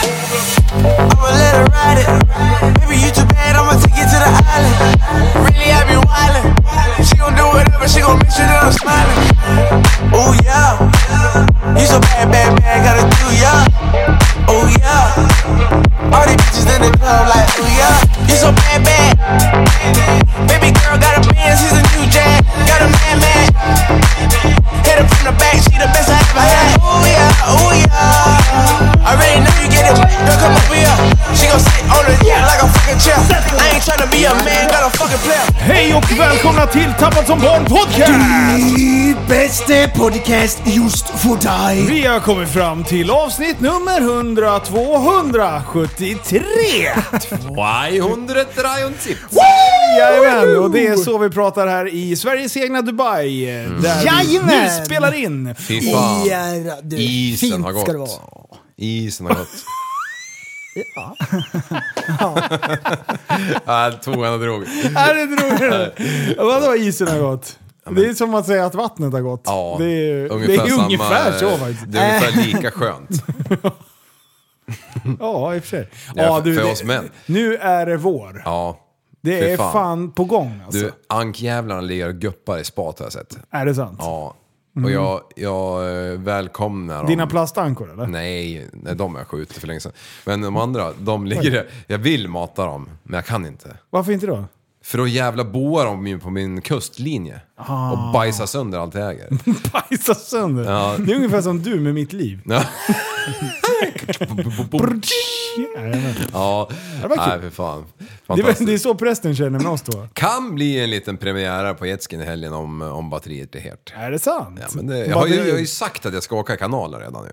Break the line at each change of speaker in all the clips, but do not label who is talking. I'ma let her ride it. Baby, you too bad, I'ma take it to the island. Really, I be wildin'. She gon' do whatever, she gon' make sure that I'm smiling. Ooh, yeah. You so bad, bad, bad, gotta do, yeah. Ooh, yeah. All these bitches in the club, like, ooh, yeah. You so bad, bad. Baby girl got a Benz, he's a new jack. Got a mad, mad. Hit her from the back, she the best I ever had. Ooh, yeah, ooh, yeah. I already know you get it, girl, come over here. She gon' sit on the yeah like a fucking chair. I ain't tryna be a man, got a fucking player.
Hej och välkomna till Tappad som barn podcast!
Bästa podcast just för dig.
Vi har kommit fram till avsnitt nummer 100 273!
200
Jajamän, och det är så vi pratar här i Sveriges egna Dubai. eh, Där vi
Jajamän!
nu spelar in.
Fy fan.
Ja, du,
Isen
fint
har
ska det
gått.
vara.
Isen har gått.
Ja.
Ja, Tvåan och drog.
Är det roligt? Vadå isen har gått? Det är som att säga att vattnet har gått.
Ja,
det är, ungefär, det är
samma,
ungefär så
eh,
faktiskt.
Det är ungefär lika skönt.
Ja, i och för sig.
Ja,
Ja,
för-
du,
för
det-
oss män.
Nu är det vår.
Ja.
det
fy
är fan.
fan.
på gång alltså.
Du, ankjävlarna ligger och guppar i spat har jag sett.
Är det sant?
Ja. Och jag, jag eh, välkomnar dem.
Mm. Dina plastankor
Mm.
eller?
Nej, nej, de har jag skjutit för länge sedan. Men de andra, de ligger där. Jag vill mata dem, men jag kan inte.
Varför inte då?
För då jävla boar de ju på min kustlinje.
Ah.
Och bajsar sönder allt jag äger.
Bajsa sönder. Det är ungefär som du med mitt liv.
Ja.
Jajamän.
ja,
var kul.
nej för fan.
Det är, det är
Fantastiskt.
så prästen känner med oss då.
Kan bli en liten premiär på jetskin i helgen om, om batteriet blir helt.
Är det sant?
Ja, men det, jag, har, ju- jag har ju sagt att jag ska åka kanaler redan nu.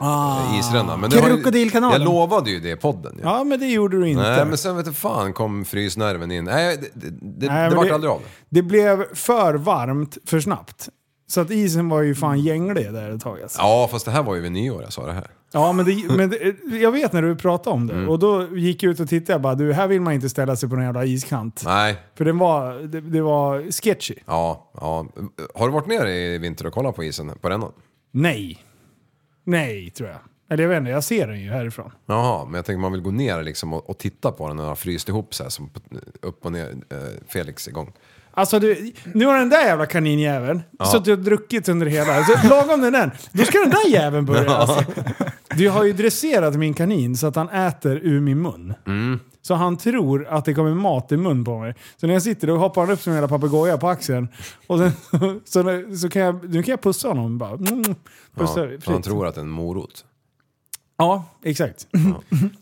Ah, Isrännan. Men det har ju-
Krokodilkanalen.
Jag lovade ju det i podden ju.
Ja, men det gjorde du inte.
Nej, men sen vet du fan kom frysnerven in. Nej, det, det, det,
Nej,
det
men
vart aldrig av.
Det blev för varmt för snabbt. Så att isen var ju fan gänglig där ett tag. Alltså. Ja.
Ja, fast det här var ju vid nyår jag sa det här.
men, det, men det, jag vet när du pratade om det. Och då gick jag ut och tittade och bara, du här vill man inte ställa sig på någon jävla iskant.
Nej,
För den var, det, det var sketchy.
ja, ja. Har du varit nere i vinter och kollat på isen på rännan?
Nej. Nej, tror jag. Eller jag vet inte, jag ser den ju härifrån.
Jaha, men jag tänker man vill gå ner liksom och, och titta på den när den har fryst ihop så här som på- upp och ner, eh, Felix igång.
Alltså du, nu har den där jävla kaninjäveln suttit och druckit under hela... Så lagom den den, då ska den där jäveln börja. Alltså. Du har ju dresserat min kanin så att han äter ur min mun.
Mm.
Så han tror att det kommer mat i mun på mig. Så när jag sitter då hoppar han upp som en jävla papegoja på axeln. Och sen, så, så kan jag, nu kan jag pussa honom bara. Mm,
Ja,
pussa,
för han tror att det är en morot.
Ja, exakt.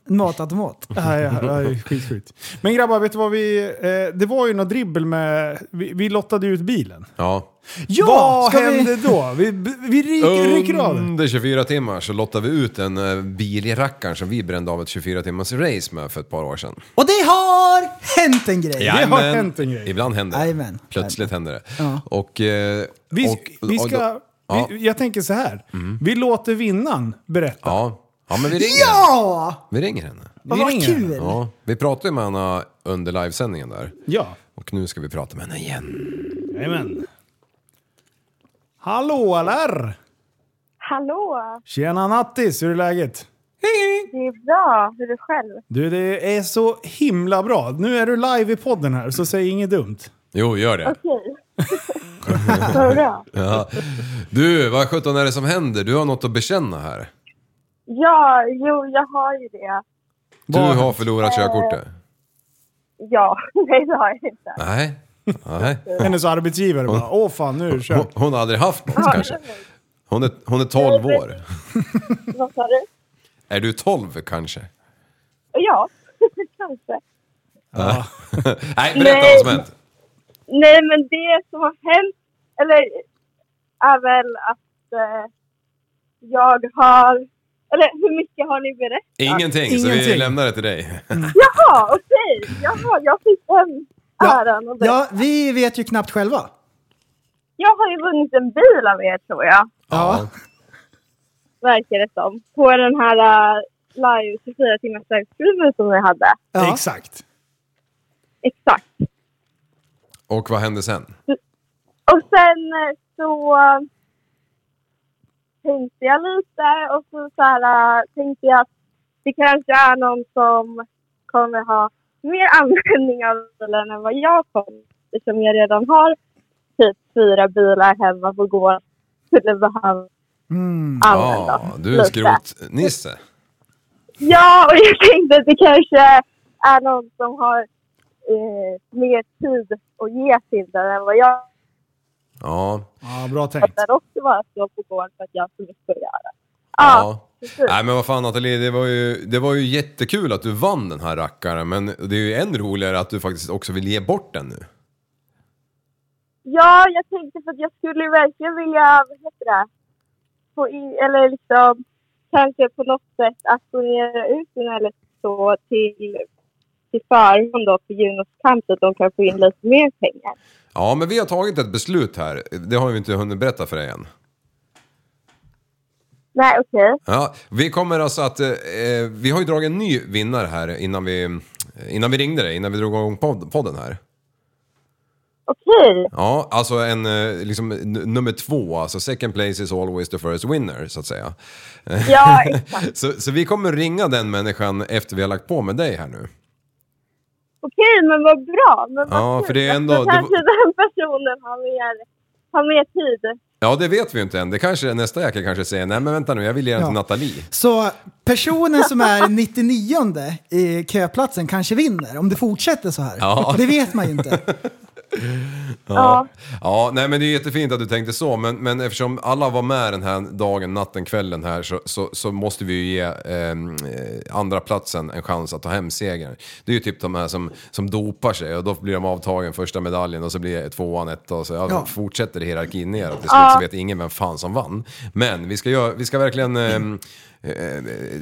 Matautomat.
Ja, ja, ja, det är skitsjukt. Men grabbar, vet du vad vi... Eh, det var ju något dribbel med... Vi, vi lottade ut bilen.
Ja.
Ja,
vad
ska
hände
vi... Um,
då? Vi, vi ryker, ryker av det.
Under 24 timmar så lottade vi ut en eh, bil i rackaren som vi brände av ett 24 timmars race med för ett par år sedan.
Och det har hänt en grej.
har
Jajamän.
hänt en grej.
Ibland händer det.
Jajamän.
Plötsligt händer det. Och, eh,
Vi,
och-
vi
och-
ska...
Ja.
Vi, jag tänker så här.
Mm.
Vi låter vinnaren berätta.
Ja. ja, men vi ringer henne.
Ja!
Vi ringer henne.
Vi
Vad
ringer.
kul!
Ja. Vi pratade med henne under livesändningen där.
Ja.
Och nu ska vi prata med henne igen.
Jajamän. Hallå eller?
Hallå!
Tjena Nattis, hur är läget?
Det är bra. Hur är du själv?
Du, det är så himla bra. Nu är du live i podden här, så säg inget dumt.
Jo, gör det.
Okej. Vad bra.
Ja. Du, vad sjutton är det som händer? Du har något att bekänna här.
Ja, jo, jag har ju det.
Du har förlorat körkortet.
Ja, nej det har jag inte.
Nej. Nej.
Hennes arbetsgivare bara, åh fan nu är det
Hon,
kört.
hon har aldrig haft något kanske. Hon är, hon är 12 år.
Vad sa du?
Är du 12 kanske?
Ja, kanske.
Nej, berätta vad som hänt.
Nej, men det som har hänt, eller är väl att eh, jag har, eller hur mycket har ni berättat?
Ingenting, så vi
Ingenting.
lämnar det till dig.
Jaha, okej. Jaha, jag fick den äran. och det.
Ja, vi vet ju knappt själva.
Jag har ju vunnit en bil av er tror jag,
Ja.
verkar det som. På den här uh, live 24 timmars livestreamen som ni hade.
Ja.
Exakt.
Exakt.
Och vad hände sen?
Och sen eh, så eh, tänkte jag lite och så, så här, eh, tänkte jag att det kanske är någon som kommer ha mer användning av bilen än vad jag kommer. Eftersom jag redan har typ fyra bilar hemma på gården skulle behöva använda.
Ja, du är
lite.
skrotnisse.
Ja, och jag tänkte att det kanske är någon som har eh, mer tid att ge till den än vad jag
Ja.
Ja, bra tänkt.
fattar också bara stå på gården för att jag har så mycket att göra. Ja,
Ja. Äh.
precis.
Nej men vad fan Nathalie, det var, ju, det var ju jättekul att du vann den här rackaren men det är ju än roligare att du faktiskt också vill ge bort den nu.
Ja, jag tänkte för att jag skulle ju verkligen vilja, vad heter det, få i, eller liksom kanske på något sätt auktionera ut den eller så till, till förmån då för Junos kamp så att de kan få in lite mer pengar.
Ja men vi har tagit ett beslut här, det har vi inte hunnit berätta för dig än.
Nej, okej.
Ja, vi kommer alltså att, eh, eh, vi har ju dragit en ny vinnare här innan vi, innan vi ringde dig, innan vi drog igång pod- podden här.
Okej.
Ja, alltså en, eh, liksom, n- nummer två, alltså second place is always the first winner så att säga.
Ja, exakt.
Så, så vi kommer ringa den människan efter vi har lagt på med dig här nu.
Okej, men vad bra. Men vad
Ja,
kul.
för det är ändå-
Då
det
kanske den personen har mer, har mer tid.
Ja, det vet vi ju inte än. Det kanske, nästa jäkel kanske säger nej men vänta nu, jag vill ge den till
Ja.
Nathalie.
Så personen som är 99 i köplatsen kanske vinner om det fortsätter så här.
Ja.
Det vet man ju inte.
Ja.
Ja, nej men det är jättefint att du tänkte så, men, men eftersom alla var med den här dagen, natten, kvällen här så, så, så måste vi ju ge ehm, eh, andra platsen en chans att ta hem segern. Det är ju typ de här som, som dopar sig och då blir de avtagen första medaljen och så blir det tvåan, etta och så ja,
Ja.
fortsätter hierarkin ner och till slut så vet ingen vem fan som vann. Men vi ska, göra, vi ska verkligen... ehm,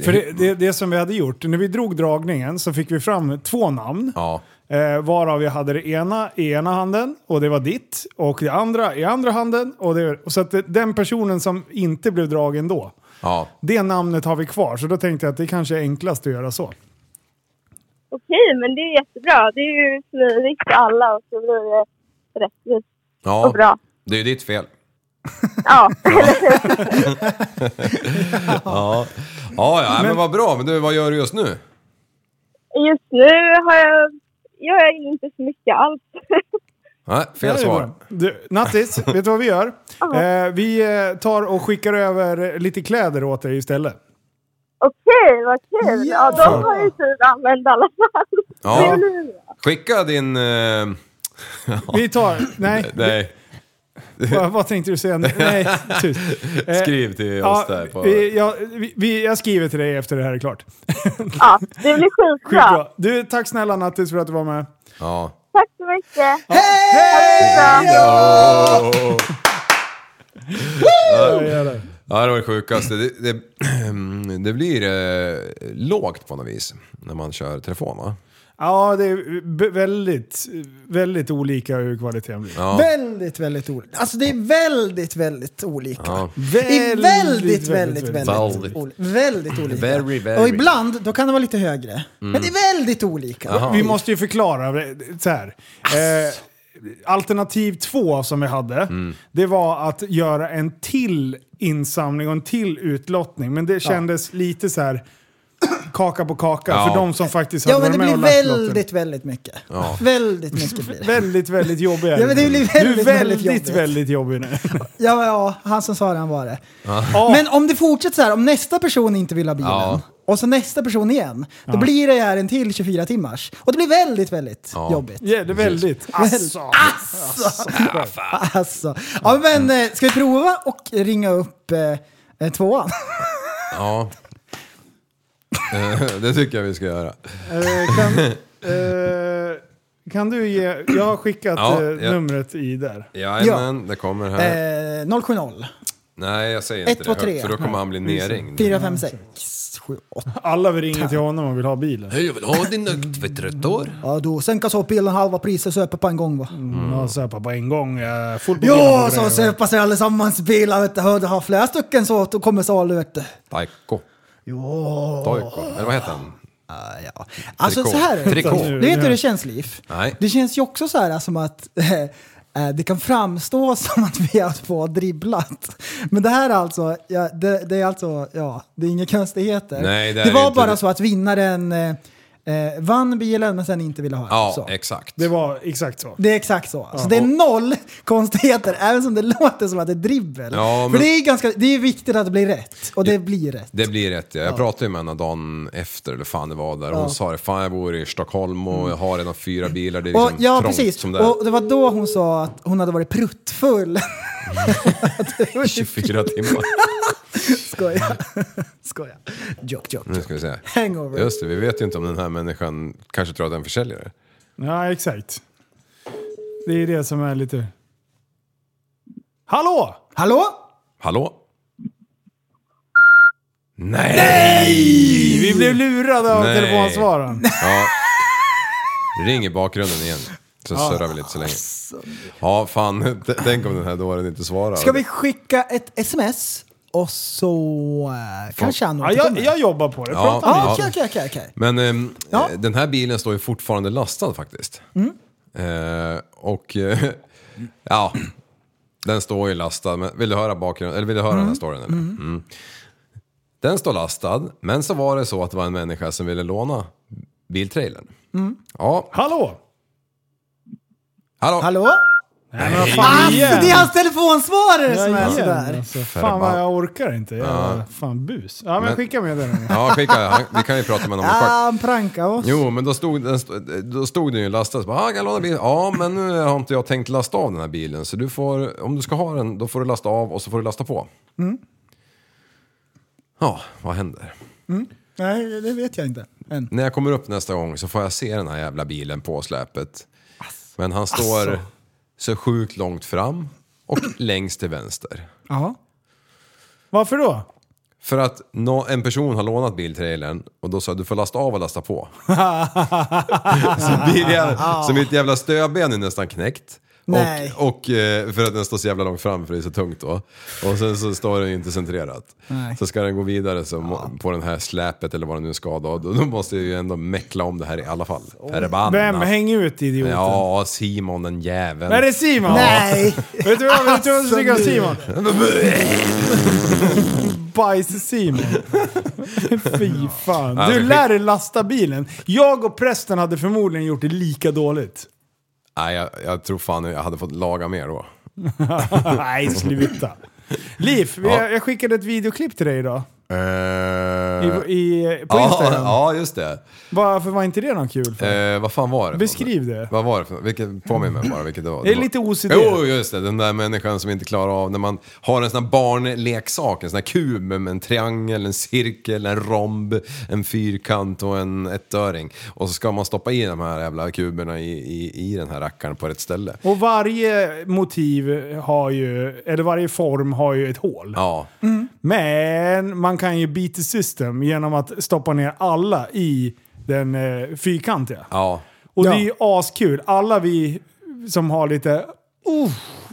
För det, det, det som vi hade gjort, när vi drog dragningen så fick vi fram två namn.
ja.
Eh, varav jag hade det ena i ena handen och det var ditt. Och det andra i andra handen. Och det, och så att det, den personen som inte blev dragen då,
Ja,
det namnet har vi kvar. Så då tänkte jag att det kanske är enklast att göra så.
Okej, men det är jättebra. Det är ju smidigt för alla och så blir det rättvist och
ja.
bra.
det är ju ditt fel.
Ja,
Ja, ja, ja men, vad bra. Men du, vad gör du just nu?
just nu har jag, gör jag inte så mycket alls.
Nej, fel
Det är
svar.
bra. Du, nattis, vet du vad vi gör? Eh, vi eh, tar och skickar över lite kläder åt dig istället.
Okej, vad kul. Ja, de har ju tid använd i alla fall.
Ja,
Det blir bra.
skicka din... Eh,
Vi tar... Nej,
nej,
vad, vad tänkte du säga? Nej, tyst. Eh,
skriv till
Ja,
oss där. På,
vi, jag, vi- vi, jag skriver till dig efter det här är klart.
Ja, det blir skitbra.
Skitbra. Du, tack snälla Nattis för att du var med.
ja.
Tack så mycket.
Hej!
ja, det var det sjukaste. Det, det, det blir eh, lågt på något vis när man kör telefon va?
Ja, det är b- väldigt, väldigt olika hur kvaliteten blir.
Ja.
Väldigt, väldigt olika. Alltså det är väldigt, väldigt olika.
Ja.
Det är väldigt, väldigt, väldigt,
Väldigt.
väldigt, oli- väldigt olika.
Very, very.
Och ibland, då kan det vara lite högre.
Mm.
Men det är väldigt olika.
Vi måste ju förklara eh, så här. Eh, alternativ två som vi hade,
Mm.
det var att göra en till insamling och en till utlottning. Men det kändes lite så här kaka på kaka
Ja.
för de som faktiskt hade
Ja, men det
varit med
blir
och lagt lotten.
väldigt, väldigt mycket.
Ja.
Väldigt mycket blir det.
Väldigt, väldigt jobbig är
Ja, men det
du.
blir
Du är
väldigt, väldigt
väldigt, väldigt,
jobbigt.
jobbig nu.
Ja, ja, han som sa det, han var det.
Ja.
Men om det fortsätter så här, om nästa person inte vill ha bilen,
Ja.
och så nästa person igen. Då blir det här en till 24 timmars. Och det blir väldigt, väldigt
Ja.
jobbigt.
Ja, det är väldigt.
Alltså. Alltså. Alltså. Ja, men
Mm.
eh, ska vi prova och ringa upp eh, eh, tvåan?
Ja. Eh, det tycker jag vi ska göra.
Eh, kan, eh, kan du ge... Jag har skickat
Ja,
eh,
ja.
numret i där.
Jajamän, det kommer här.
Eh, 070
Nej, jag säger inte
ett, två,
det högt,
tre. Mm.
för då kommer han bli nerringd.
456 7 8.
Alla vill ringa till honom och vill ha bilen.
Hej, jag vill ha din nögtvättröttor.
Ja, då sänkas upp bilen halva priset söper på en gång va?
Mm.
Ja, söpa på en gång. eh, Full på bilen
Ja,
på
så
grejer.
söpa sig allesammans bilar vet du. Hörde har flera stycken så att de kommer salu vet du.
Taiko.
Ja.
Taiko. Eller vad heter han?
Ah, ja. Alltså
Trikå.
så här är det.
Trikå.
Du vet hur det känns Liv?
Nej.
Det känns ju också så här som att eh, eh, det kan framstå som att vi har två har dribblat. Men det här är alltså, ja, det, det är alltså, ja, det är inga konstigheter.
Nej, det är
var
inte
bara
det.
så att vinnaren eh, eh, vann bilen men sen inte ville ha den.
Ja,
så.
exakt.
Det var exakt så.
Det är exakt så. Så det är noll konstigheter, även som det låter som att det är dribbel.
Ja,
För
men-
det är, ganska, det är viktigt att det blir rätt, och det blir rätt.
Det blir rätt ja. Jag pratade ju med henne dagen efter, eller fan det var där. Hon sa det, fan jag bor i Stockholm och jag har redan fyra bilar. Det är liksom
Mm. och, ja,
trångt
precis.
som det är.
Och det var då hon sa att hon hade varit pruttfull. Det var
24 timmar.
Skoja. Skoja. Joke, joke.
Nu ska vi se.
Hangover.
Just det, vi vet ju inte om den här människan kanske tror att den är försäljare.
Ja, exakt. Det är det som är lite... Hallå!
Hallå?
Hallå? Nej! Nej!
Vi blev lurade av
Nej.
telefonsvararen.
Ja. Ring i bakgrunden igen. Så surrar vi lite så länge. Ja, fan. t- Tänk om den här dåren inte svarar.
Ska vi skicka ett sms och så eh, kanske han
Ja, jag, jag jobbar på det.
Ja,
Prata.
Ja,
ja.
okej, okej, okej, okej.
Men ehm,
Ja.
eh, den här bilen står ju fortfarande lastad faktiskt. Eh, och eh, ja, den står ju lastad. Men vill du höra bakgrunden? Eller vill du höra den här storyn? Eller? Mm. Den står lastad, men så var det så att det var en människa som ville låna biltrailern. Ja,
Hallå!
hallå?
Hallå?
Nej, men vad fan
Alltså,
igen.
det är hans telefonsvarare som är
igen,
sådär.
alltså. Fan vad jag orkar inte. Jag Fan bus. Ja, men,
Men-
skicka med den. nu.
Ja, skicka. Han- Vi kan ju prata med honom om en kvart.
Ah, han prankar oss.
Jo, men då stod den, då stod den ju lastad. Så bara, ah, kan jag låna bilen? Ja, men nu har inte jag tänkt lasta av den här bilen. Så du får, om du ska ha den, då får du lasta av och så får du lasta på. Ja, vad händer?
Nej, det vet jag inte än.
När jag kommer upp nästa gång så får jag se den här jävla bilen på släpet. Men han står så sjukt långt fram och längst till vänster.
Ja.
Varför då?
För att nå- en person har lånat biltrailern och då sa jag, du får lasta av och lasta på. så, biljäveln, så mitt jävla stödben är nästan knäckt.
Nej.
Och, och eh, för att den står så jävla långt fram för det är så tungt då. Och sen så står den ju inte centrerat.
Nej.
Så ska den gå vidare så må, på den här släpet eller vad den nu ska då. Då då måste jag ju ändå meckla om det här i alla fall. Förbannat.
Vem? Häng ut idioten.
Ja, Simon den jäveln.
Är det Simon?
Nej!
Vet du vad vet du vad jag tycker om Simon? Bajs-Simon. Fy fan.
Ja,
Du
men
lär dig lasta bilen. Jag och prästen hade förmodligen gjort det lika dåligt.
Nej, jag, jag tror fan jag hade fått laga mer då.
Nej, sluta. Liv, vi-
Ja.
jag skickade ett videoklipp till dig idag. I,
Eh,
i, på
ja,
Instagram.
Ja, just det.
Varför var inte det någon kul? För?
Eh, vad fan var det?
Beskriv det.
Vad var det för vilket, Påminn mig bara vilket det var.
Det är lite OCD.
Jo, just det. Den där människan som inte klarar av när man har en sån här barnleksak, en sån här kub med en triangel, en cirkel, en romb, en fyrkant och en ettöring. Och så ska man stoppa i de här jävla kuberna i, i, i den här rackaren på rätt ställe.
Och varje motiv har ju, eller varje form har ju ett hål.
Ja,
Men man kan ju beat the system genom att stoppa ner alla i den eh, fyrkantiga.
ja.
Och det
Ja.
är ju askul. Alla vi som har lite oh,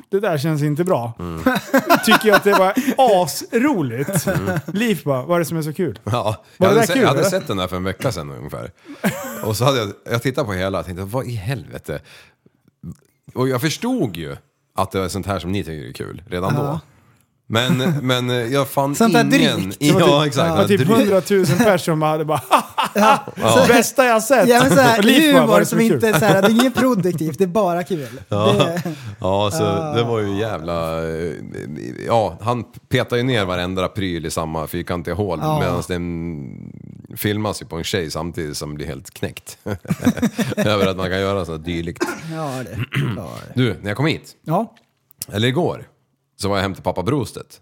det där känns inte bra.
Mm.
Tycker ju att det var asroligt.
Mm.
Liv bara, vad är det som är så kul?
Ja,
Var
jag
det
hade,
där
se,
kul,
jag hade
eller?
sett den där för en vecka sedan ungefär. Och så hade jag, jag tittade på hela och tänkte, vad i helvete? Och jag förstod ju att det var sånt här som ni tycker är kul redan då. Men, men jag fann
Sånt där
ingen...
drygt.
Det var typ-
Ja, exakt.
Det var typ
drygt.
100 000 personer som hade bara Bästa jag sett!
Ja, men så här,
Och Liv bara, "Vad
humor
är det
som
är kul?"
inte är så här, det är inget produktivt, det är bara kul.
Ja,
Det,
ja så det var
Ah.
ju jävla... eh, Ja, han petar ju ner varenda pryl i samma fyrkantiga hål medan den filmas ju på en tjej samtidigt som blir helt knäckt. Över att man kan göra sådant dylikt.
Ja, det. Ja, det.
Du, när jag kom hit,
ja
eller igår, så var jag hem till pappa Brostedt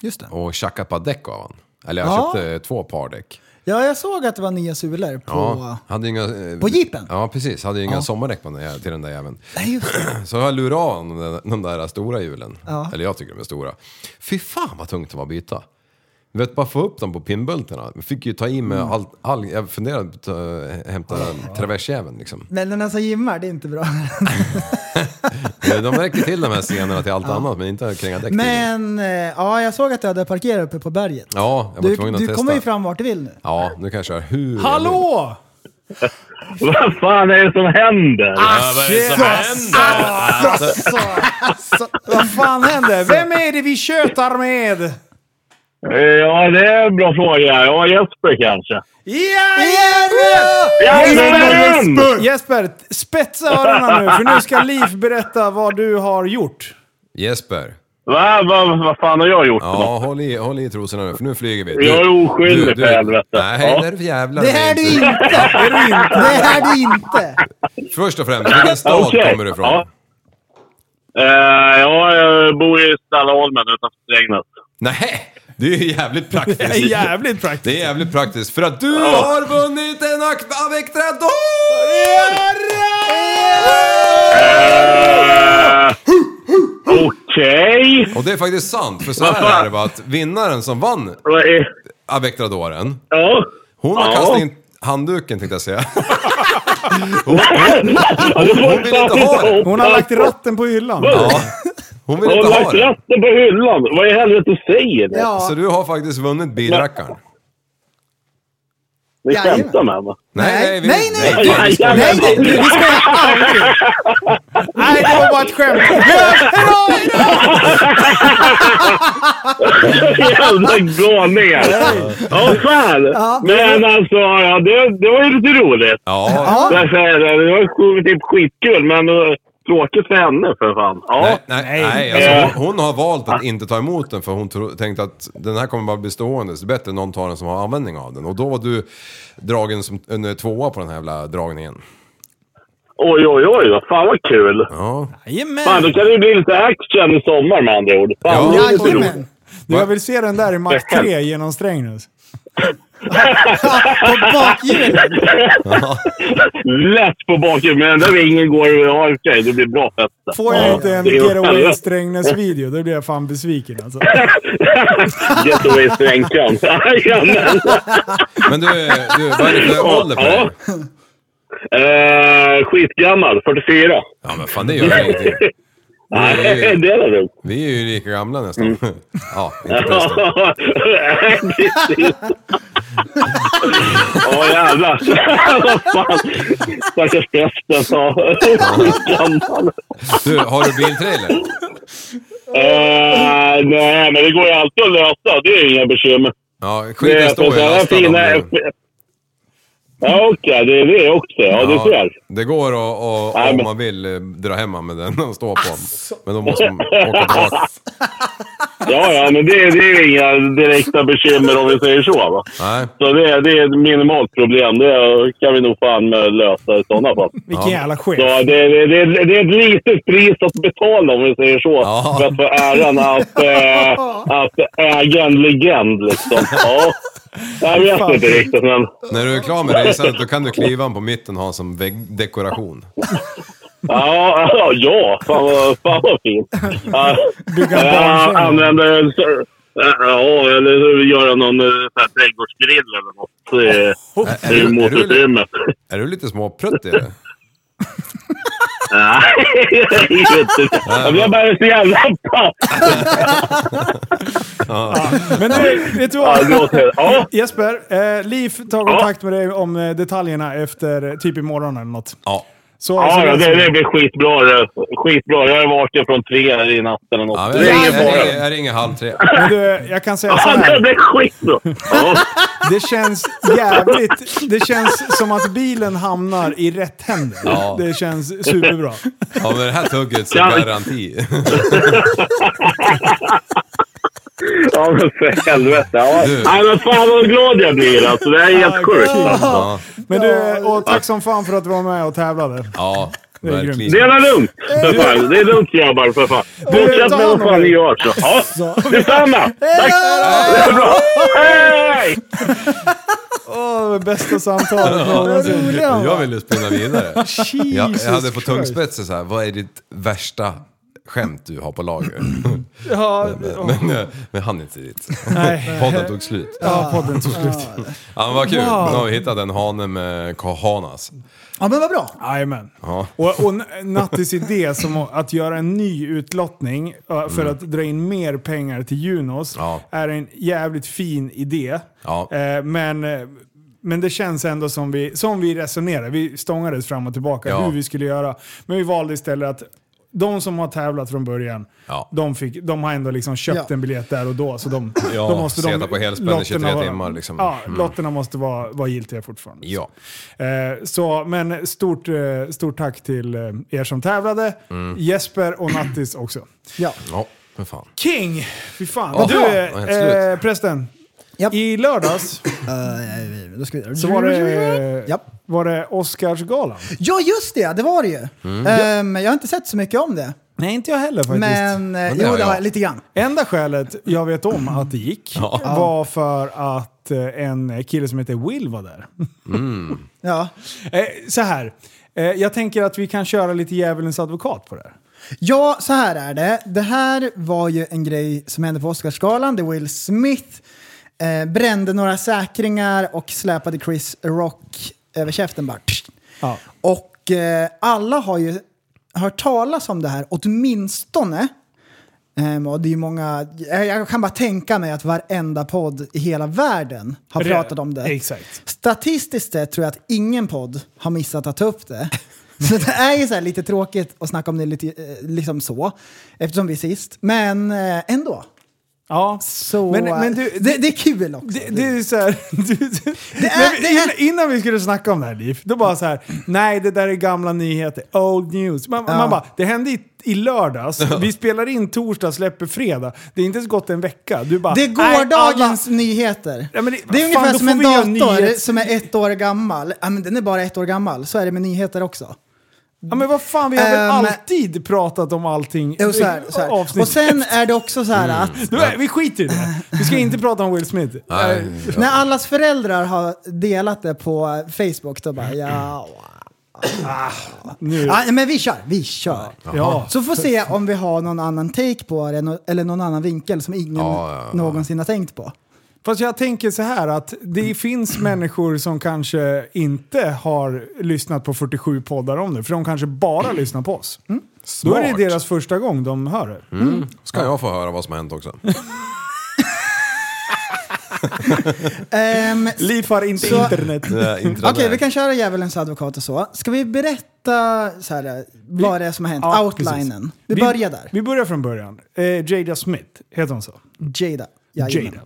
just det.
och tjackade ett par däck av han. Eller jag
Ja.
köpte eh, två par däck.
Ja, jag såg att det var nya sulor på...
Ja, hade inga, eh,
På jeepen?
Ja, precis. Hade inga sommardäck på den där, till den där jäveln.
Nej, just det.
Så jag lurade av honom de där- de där stora hjulen.
Ja.
Eller jag tycker de är stora. Fy fan vad tungt det var att byta. Du vet, bara få upp dem på pinnbultarna. Jag fick ju ta i
Mm.
med allt, all, jag funderade på att ta- eh, hämta traversjäveln liksom.
Men den alltså gymmar, det är inte bra.
Eh, De räcker till de här scenerna till allt annat men inte kränga däck tydligen.
Men eh, ja, jag såg att du hade parkerat uppe på berget.
Ja, jag var
Du,
tvungen att
du
testa.
kommer ju fram vart du vill nu.
Ja, nu kan jag köra hur jag vill.
Hallå!
Vad fan är det som händer?
Ja, vad är det som händer?
Så, så,
Vad fan händer? Vem är det vi tjötar med?
Ja, det är en bra fråga. Ja, Jesper kanske.
Ja,
Jajamän!
Jesper, spetsa öronen nu för nu ska Liv berätta vad du har gjort.
Jesper.
Va, va, vad fan har jag gjort? för något?
Ja, håll i, håll i trosorna nu för nu flyger vi.
Jag är oskyldig,
du- du-
för helvete.
Nej,
Ja.
det är för jävlar
det här är du inte! Det här är du inte!
Först och främst, vilken stad
Okej,
kommer du ifrån?
ja. Eh, ja, jag bor i Stalladholmen utanför Strängnäs.
Nej, det är ju jävligt praktiskt.
Det är jävligt praktiskt.
Det är jävligt praktiskt för att du har vunnit en ak- Avectrador!
Eh, Okej.
Och det är faktiskt sant, för så här är det bara att vinnaren som vann
Vad är-
Avectradoren,
Ja.
hon har
Ja.
kastat in handduken tänkte jag säga. Hon, hon,
Ja, det får
hon vill inte ha det.
Hon har lagt ratten på hyllan.
ja, hon vill
Hon
inte
har
ha
lagt
det.
ratten på hyllan. Vad i helvete säger du?
Ja,
Så du har faktiskt vunnit bilrackaren.
Ni
jajamän.
skämtar med mig.
Nej,
vi-
nej, nej,
vi- vi skojar.
nej,
nej,
nej.
nej, vi ska aldrig...
Nej, det var bara ett skämt.
Jävla galningar! Ja, fan! Men alltså, ja, det, det var ju lite roligt.
Ja,
Ja,
Därför är det det var sjukt, typ skitkul, men eh, tråkigt för henne för fan. Ja.
Nej, nej, nej. Alltså, hon, hon har valt att inte ta emot den för hon tro, tänkte att den här kommer bara bli stående. Så det är bättre någon tar den som har användning av den. Och då var du dragen som en eh, tvåa på den här jävla dragningen.
Oj, oj, oj. då. Fan vad kul!
Ja.
Fan, då kan det ju bli lite action i sommar med andra ord. Fan,
Ja.
det är lite roligt.
jajamän.
Du, jag vill se den där i Mark 3 genom Strängnäs.
På bakhjulen.
Lätt på baken, men där ingen går... Ja, i och för sig, det blir bra fest. där.
Får jag inte en
det är-
Getaway Strängnäs-video, då blir jag fan besviken alltså.
Getaway Strängkram. Jajamän!
Men du, du vad är det för ålder på dig?
Eh, skitgammal, 44.
Ja men fan det gör ingenting.
Nej, det är det nog.
Vi är ju lika gamla
Mm.
nästan. Ja, inte prästen.
Nej, precis. Åh jävlar. Vad fan. Stackars prästen. Ja. Gammal.
Du, har du biltrailer?
Eh, nej, men det går ju alltid att lösa. Det är inga bekymmer. Eh,
Ja,
Det
skiten
är
står ju
sådana
lastad om
fina...
det.
Ja, okej. Det är det också. Ja, du ser.
Det går att, att
Nej,
om
men-
man vill eh, dra hemma med den och stå på den. Men då måste man åka tillbaka.
Ja, ja, men det, det är inga direkta bekymmer om vi säger så. Va?
Nej.
Så det, det är ett minimalt problem. Det kan vi nog fan eh, lösa i sådana fall.
Vilken jävla chef.
Så det, det, det, det är ett litet pris att betala om vi säger så.
Ja.
För att få äran att, eh, att äga en legend liksom. Ja. Jag vet inte riktigt men...
När du är klar med raceandet då kan du kliva an på mitten och ha som väggdekoration.
Ja, ja, ja. Fan vad, fan vad fint. Ja.
Bygga en
Ja,
barnsäng.
använder... så- Ja, eller göra någon eh, så här, trädgårdsgrill eller något. Det är,
Är, är,
det är
du, är, du,
motutrymme.
är du lite småprutt i det?
Nej, det är ju inte. Jag blir bara så jävla paff.
Men du, vet du
Ja,
vad?
det låter- Ja,
Jesper, eh, Liv tar kontakt med dig om eh, detaljerna efter eh, typ imorgon eller något.
Ja.
Så, så
ja ja,
löser
det,
vi
det blir skitbra. det. Skitbra. Jag är vaken från tre här i natten eller
ja
något.
men,
det är
jag,
ingen
jag, ringer-
fara.
jag ringer halv tre.
Men du, jag kan säga så
Ja, det
här.
blir skitbra! Ja.
Det känns jävligt... Det känns som att bilen hamnar i rätt händer.
Ja.
Det känns superbra.
Ja men det här tugget så
Ja.
garanti.
Ja, men för helvete. Ja. Nej, men fan vad glad jag blir alltså. Det här är helt sjukt. Alltså.
Ja,
Men du, eh, och tack som fan för att du var med och tävlade.
ja
är grymt.
verkligen.
Det är lugnt. För fan. Det är lugnt grabbar, för fan. Fortsätt med vad fan ni gör så. Ja, detsamma! Tack! Det är bra. Hej!
Åh, det bästa samtalet
Vad
någonsin.
rolig han
Jag
var.
ville spinna vidare. Jag,
Jesus
jag hade på
Christ.
tungspetsen så här, vad är ditt värsta skämt du har på lager?
Ja, åh,
Men, eh, men han inte dit.
nej.
Podden tog slut.
Ja, podden tog slut.
Ja, men vad kul. Nu
Wow.
har vi hittat en hane med kahanas.
Ja men vad bra.
Jajamän. Och, och Nattis idé som att göra en ny utlottning eh, för att dra in mer pengar till Junos
Mm. Ja.
är en jävligt fin idé.
Ja.
Eh, Men, eh, men det känns ändå som vi, som vi resonerade. Vi stångades fram och tillbaka
Ja.
hur vi skulle göra. Men vi valde istället att de som har tävlat från början,
Ja.
de, fick, de har ändå liksom köpt
Ja.
en biljett där och då. Så de,
Ja,
de måste
seta på helspänn i
lotterna
23
vara-
timmar liksom.
Ja,
Mm.
lotterna måste vara, vara giltiga fortfarande.
Ja.
Eh, Så, men stort, eh, stort tack till eh, er som tävlade.
Mm.
Jesper och Nattis också.
Ja.
Ja, men fan.
King! Fy fan.
Ja,
du,
bra. Ja, helt
eh,
slut.
eh, prästen.
Japp.
I lördags
Eh, då ska vi...
så var det,
Japp.
var det Oscarsgalan.
Ja just det, det var det ju.
Mm.
Ehm, jag har inte sett så mycket om det.
Nej, inte jag heller faktiskt.
Men, eh,
det
jo,
har
det har
jag.
jag lite grann.
Enda skälet jag vet om att det gick var för att eh, en kille som heter Will var där.
Ja.
Eh, så här. Eh, jag tänker att vi kan köra lite djävulens advokat på det här.
ja, så här är det. Det här var ju en grej som hände på Oscarsgalan där Will Smith eh, brände några säkringar och släpade Chris Rock över käften bara.
Ja.
Och eh, alla har ju hört talas om det här, åtminstone. Um, och det är ju många, jag, jag kan bara tänka mig att varenda podd i hela världen har pratat om det.
Exakt.
Statistiskt sett tror jag att ingen podd har missat att ta upp det. Så det är ju så här lite tråkigt att snacka om det lite, eh, liksom så, eftersom vi är sist. Men eh, ändå.
Ja.
Så, eh,
Men- men du-
det, det är kul också.
Det, det är så här, du, det
är-
är,
det är-
innan, innan vi skulle snacka om det här Liv, då bara så här, nej det där är gamla nyheter, old news. Man, man bara, det hände i, i lördags, vi spelar in torsdag, släpper fredag. Det är inte ens gått en vecka. Du bara,
Det är
"Nej,
gårdagens nyheter.
Ja, men det-
det,
vad
är ungefär
fan, då
som
får
en
vi göra
dator
nyhets-
som är ett år gammal. Ja, men den är bara ett år gammal. Så är det med nyheter också.
alla- Ja men vad fan, vi har väl
Ehm,
alltid pratat om allting.
Jo, så här, så här.
Avsnitt.
Och sen är det också så
Mm.
här att
Du, nej, vi skiter i det. Vi ska inte prata om Will Smith.
Nej,
när allas föräldrar har delat det på Facebook då bara ja...
Nu.
ja men vi kör, vi kör.
Ja.
Så får se om vi har någon annan take på det eller någon annan vinkel som ingen
Ja, ja, ja.
någonsin har tänkt på.
Fast jag tänker så här att det
Mm.
finns människor som kanske inte har lyssnat på 47 poddar om det, för de kanske bara
Mm.
lyssnar på oss. Då är det
Smart.
deras första gång de hör det.
Mm.
Ska jag få höra vad som har hänt också?
Ehm,
Liv har inte
Så- eh,
internet.
Det är inte det
Okej,
där.
vi kan köra djävulens advokat och så. Ska vi berätta så här, vad det är som har hänt?
Ja,
Outlinen.
precis.
Vi börjar där.
Vi börjar från början. Eh, Jada Smith, heter hon så?
Jada. Jajamän.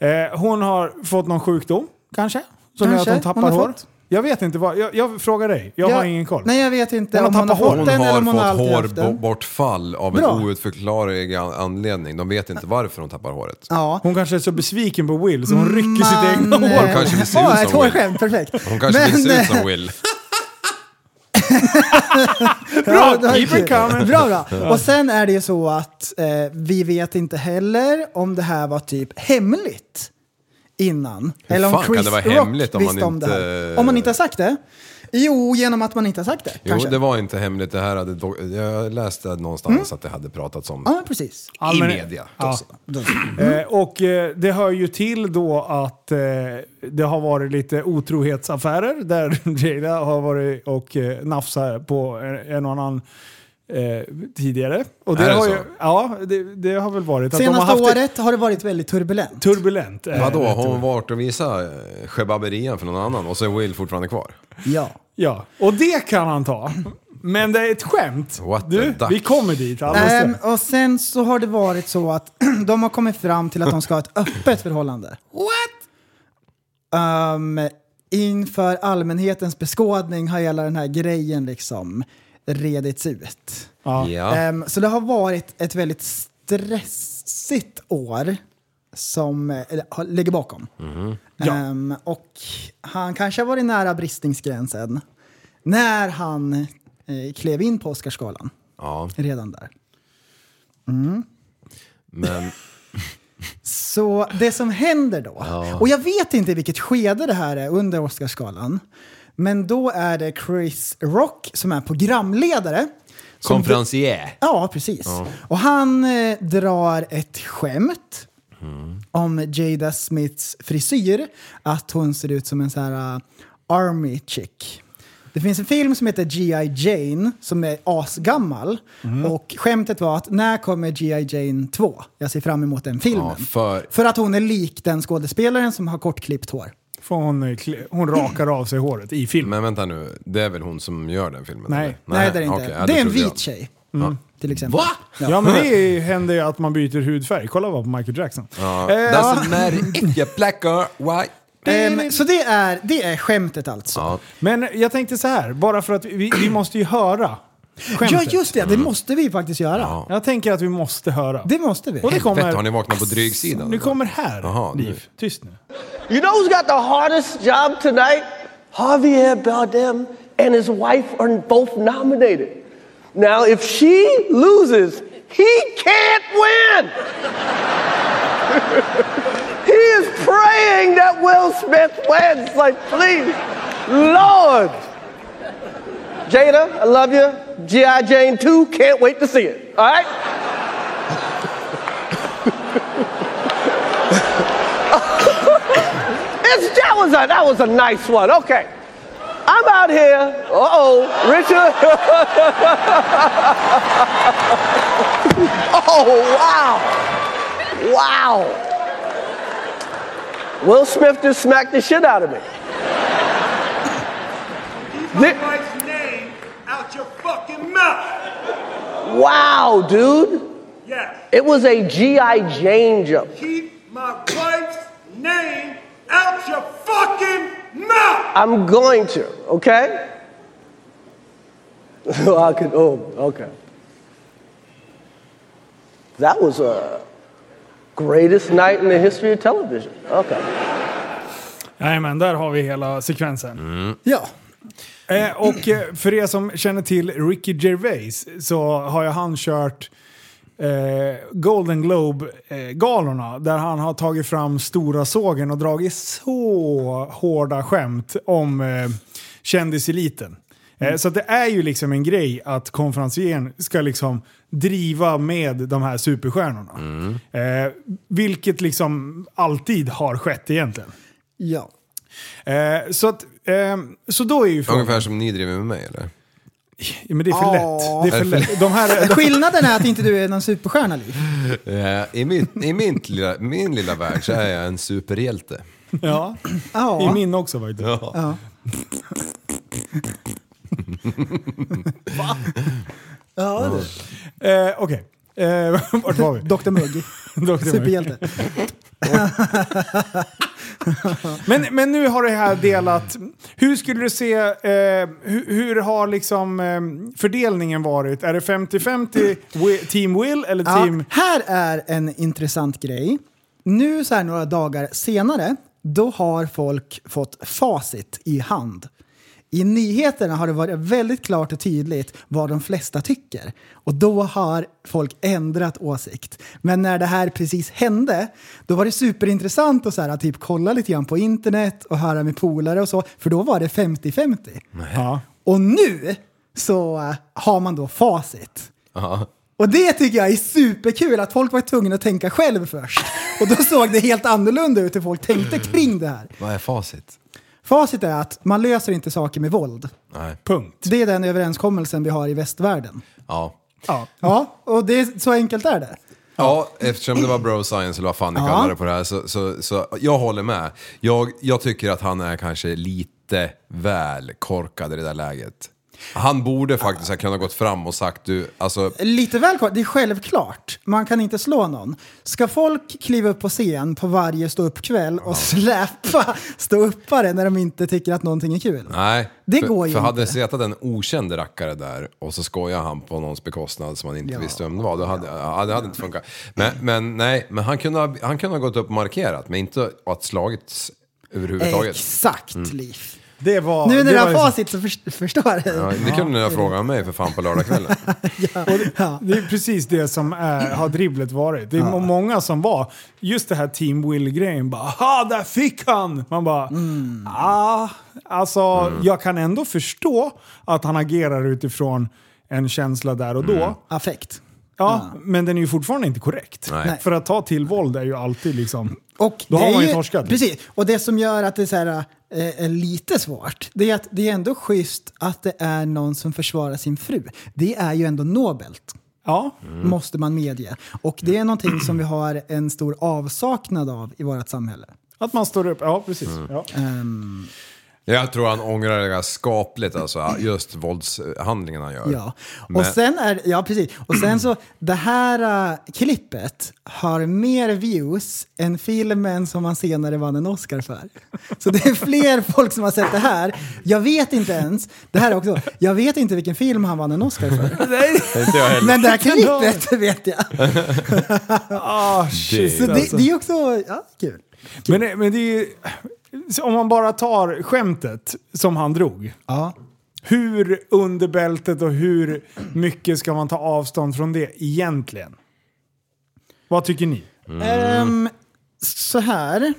Jada. Eh, hon har fått någon sjukdom, kanske? Som gör att
Kanske.
hon tappar
Hon har
hår.
fått.
Jag vet inte vad. Jag, jag frågar dig. Jag har ingen koll.
Nej, jag vet inte
Hon har
om hon har
tappat
fått
hår.
Hon
den eller
har
om hon har alltid haft
fått
den.
hårbortfall av
Bra.
en outförklarlig an- anledning. De vet inte varför hon tappar håret.
Ja.
Hon kanske är så besviken på Will så hon rycker sitt egna
Mm, Man, eh,
hår.
kanske vill se ut
ja,
som
ett
Will.
hårskämt, perfekt.
Hon kanske vill se ut
eh,
som Will.
ja, det var
Keep
kul.
it coming.
Bra, bra. Och sen är det ju så att eh, vi vet inte heller om det här var typ hemligt innan.
Hur
eller om
fan
Chris
kan det vara
Rock
hemligt om man
visste om det här.
inte-
Om man inte har sagt det? Jo, genom att man inte har sagt det.
Jo,
kanske.
det var inte hemligt. Det här hade do- jag läste någonstans att det hade pratats om
Mm. Ja, men precis.
i
men-
media.
Ja.
Mm.
Eh, och eh, det hör ju till då att eh, det har varit lite otrohetsaffärer där Jada har varit och eh, nafsat på en- en och annan eh, tidigare. Och
Är det
har
så?
ju, ja, det, det har väl varit. att de har
Senaste
haft det
året har det varit väldigt turbulent.
Turbulent. eh,
Vadå,
rätt
har
ord.
hon varit och visat eh, shebaberian för någon annan och så är Will fortfarande kvar?
ja.
Ja, och det kan han ta. Men det är ett skämt.
What the
du,
duck?
vi kommer dit alldeles
Ehm,
strax.
och sen så har det varit så att de har kommit fram till att de ska ha ett öppet förhållande. What? inför allmänhetens beskådning har hela den här grejen liksom redits ut.
Ja.
Ja.
Eh, Ehm, så det har varit ett väldigt stressigt år som eh, har- ligger bakom. Ehm, och han kanske har varit nära bristningsgränsen när han eh, klev in på Oscarsgalan.
Ja,
Redan där. Mm.
men...
Så det som händer då, och jag vet inte i vilket skede det här är under Oscarsgalan, men då är det Chris Rock som är programledare. som-
Konferencier.
Ja, precis. Och han eh, drar ett skämt om Jada Smiths frisyr, att hon ser ut som en så här uh, army chick. Det finns en film som heter G.I. Jane som är asgammal
Mm.
och skämtet var att när kommer G.I. Jane 2? Jag ser fram emot den filmen.
Ja, för-
för att hon är lik den skådespelaren som har kortklippt hår.
Får hon, eh, kli- hon rakar av sig håret i filmen.
Men vänta nu, det är väl hon som gör den filmen?
Nej.
eller?
Nej, det är det inte.
okej, ja,
det är en
trodde jag.
vit tjej. Mm. Till exempel.
Va?
Ja. men det händer ju att man byter hudfärg. Kolla bara på Michael Jackson.
Ja.
Eh,
Doesn't matter if you're black or white.
Ehm, så det är, det är skämtet alltså.
Ja.
Men jag tänkte så här, bara för att vi, vi måste ju höra skämtet. Mm.
Ja, just det. Det måste vi faktiskt göra.
Jag tänker att vi måste höra.
Det måste vi.
Och det kommer...
Fett, har ni vaknat på drygsidan?
Nu kommer här,
Jaha, nu.
Liv. Tyst nu.
You know who's got the hardest job tonight? Javier Bardem and his wife are both nominated. Now, if she loses, he can't win. he is praying that Will Smith wins. Like, please, Lord. Jada, I love you. G.I. Jane 2, can't wait to see it. All right? It's, that was a that was a nice one. Okay, I'm out here. Uh oh, Richard. oh wow, wow. Will Smith just smacked the shit out of me. Thi-
wife's name out your fucking mouth.
wow, dude.
Yes.
It was a GI Jane jump.
Keep my wife's name out your fucking mouth.
I'm going to, okay? So I could, oh, okay. That was a greatest night in the history of television. Okay.
Nej, men där har vi hela sekvensen.
Ja.
Eh, och eh, för er som känner till Ricky Gervais så har ju han kört eh, Golden Globe-galorna där han har tagit fram stora sågen och dragit så hårda skämt om eh, kändiseliten. Eh, Så att det är ju liksom en grej att konferencieren ska liksom driva med de här superstjärnorna. Eh, vilket liksom alltid har skett egentligen.
ja.
Eh, så, att, eh, så då är ju frågan...
Ungefär som ni driver med mig eller?
Ja, men det är för
Ja.
lätt. Det är för lätt. De här, de,
Skillnaden är att inte du är någon superstjärna, Liv.
Eh, I, min, i min, lilla, min lilla värld så är jag en superhjälte.
ja, I
Ja.
min också faktiskt.
ja du.
Eh, Okej, eh, vart var vi?
Dr Mugg.
Dr. Mugg.
Superhjälte.
Men, men nu har det här delat. Hur skulle du se, eh, hur, hur har liksom eh, fördelningen varit? Är det 50-50 wi- Team Will eller
Ja,
Team...
här är en intressant grej. Nu så här några dagar senare, då har folk fått facit i hand. I nyheterna har det varit väldigt klart och tydligt vad de flesta tycker. Och då har folk ändrat åsikt. Men när det här precis hände, då var det superintressant att så här, typ, kolla lite grann på internet och höra med polare och så, för då var det 50-50.
Ja.
Och nu så eh, har man då facit.
Ja.
Och det tycker jag är superkul, att folk var tvungna att tänka själv först. Och då såg det helt annorlunda ut hur folk tänkte kring det här.
Vad är facit?
Facit är att man löser inte saker med våld.
Nej.
Punkt.
Det är den överenskommelsen vi har i västvärlden.
Ja.
Ja.
Ja, och det är, så enkelt är det.
Ja, eftersom det var bro science eller vad fan ni
Ja.
kallar det på det här så, så, så jag håller med. Jag, jag tycker att han är kanske lite väl korkad i det där läget. Han borde faktiskt ha kunnat gått fram och sagt du, alltså...
Lite väl kort, det är självklart. Man kan inte slå någon. Ska folk kliva upp på scen på varje ståuppkväll och släppa ståuppare när de inte tycker att någonting är kul?
Nej,
Det
för,
går ju
för hade det
inte.
setat en okänd rackare där och så skojar han på någons bekostnad som han inte visste vem det var, då hade, ja. det hade inte funkat. Men, men nej, men han kunde, ha, han kunde ha gått upp och markerat, men inte att slagits överhuvudtaget.
Exakt, Liv.
Det var... liksom-
Nu när
det
du
var
har
ju-
facit så först- förstår du.
Ja, det kunde ni ha frågat mig för fan på lördagskvällen.
Det är precis det som är, har dribblet varit. Det är må- många som var, just det här Team Will-grejen, bara ha där fick han!” Man bara ah, alltså
Mm.
jag kan ändå förstå att han agerar utifrån en känsla där och då.
Mm. Affekt.
Ja, men den är ju fortfarande inte korrekt.
Nej.
För att ta till våld är ju alltid liksom...
Och
Då
det
har
är
man ju torskat.
Precis, och det som gör att det är, så här, eh, är lite svårt, det är att det är ändå schysst att det är någon som försvarar sin fru. Det är ju ändå nobelt.
Ja.
måste man medge. Och det är någonting som vi har en stor avsaknad av i vårt samhälle.
Att man står upp, ja precis.
Mm.
Ja.
Ehm,
Jag tror han ångrar det ganska skapligt, alltså, just våldshandlingen han gör.
ja.
Men-
Och sen är ja precis. Och sen så, det här äh, klippet har mer views än filmen som han senare vann en Oscar för. Så det är fler folk som har sett det här. Jag vet inte ens, det här är också, jag vet inte vilken film han vann en Oscar för.
Inte jag heller.
Men det här klippet vet jag.
Ah, shit,
Så det,
alltså.
det är också, ja, kul.
Men, men det är ju... så Om man bara tar skämtet som han drog.
Ja.
Hur under bältet och hur mycket ska man ta avstånd från det egentligen? Vad tycker ni?
Ehm, så här.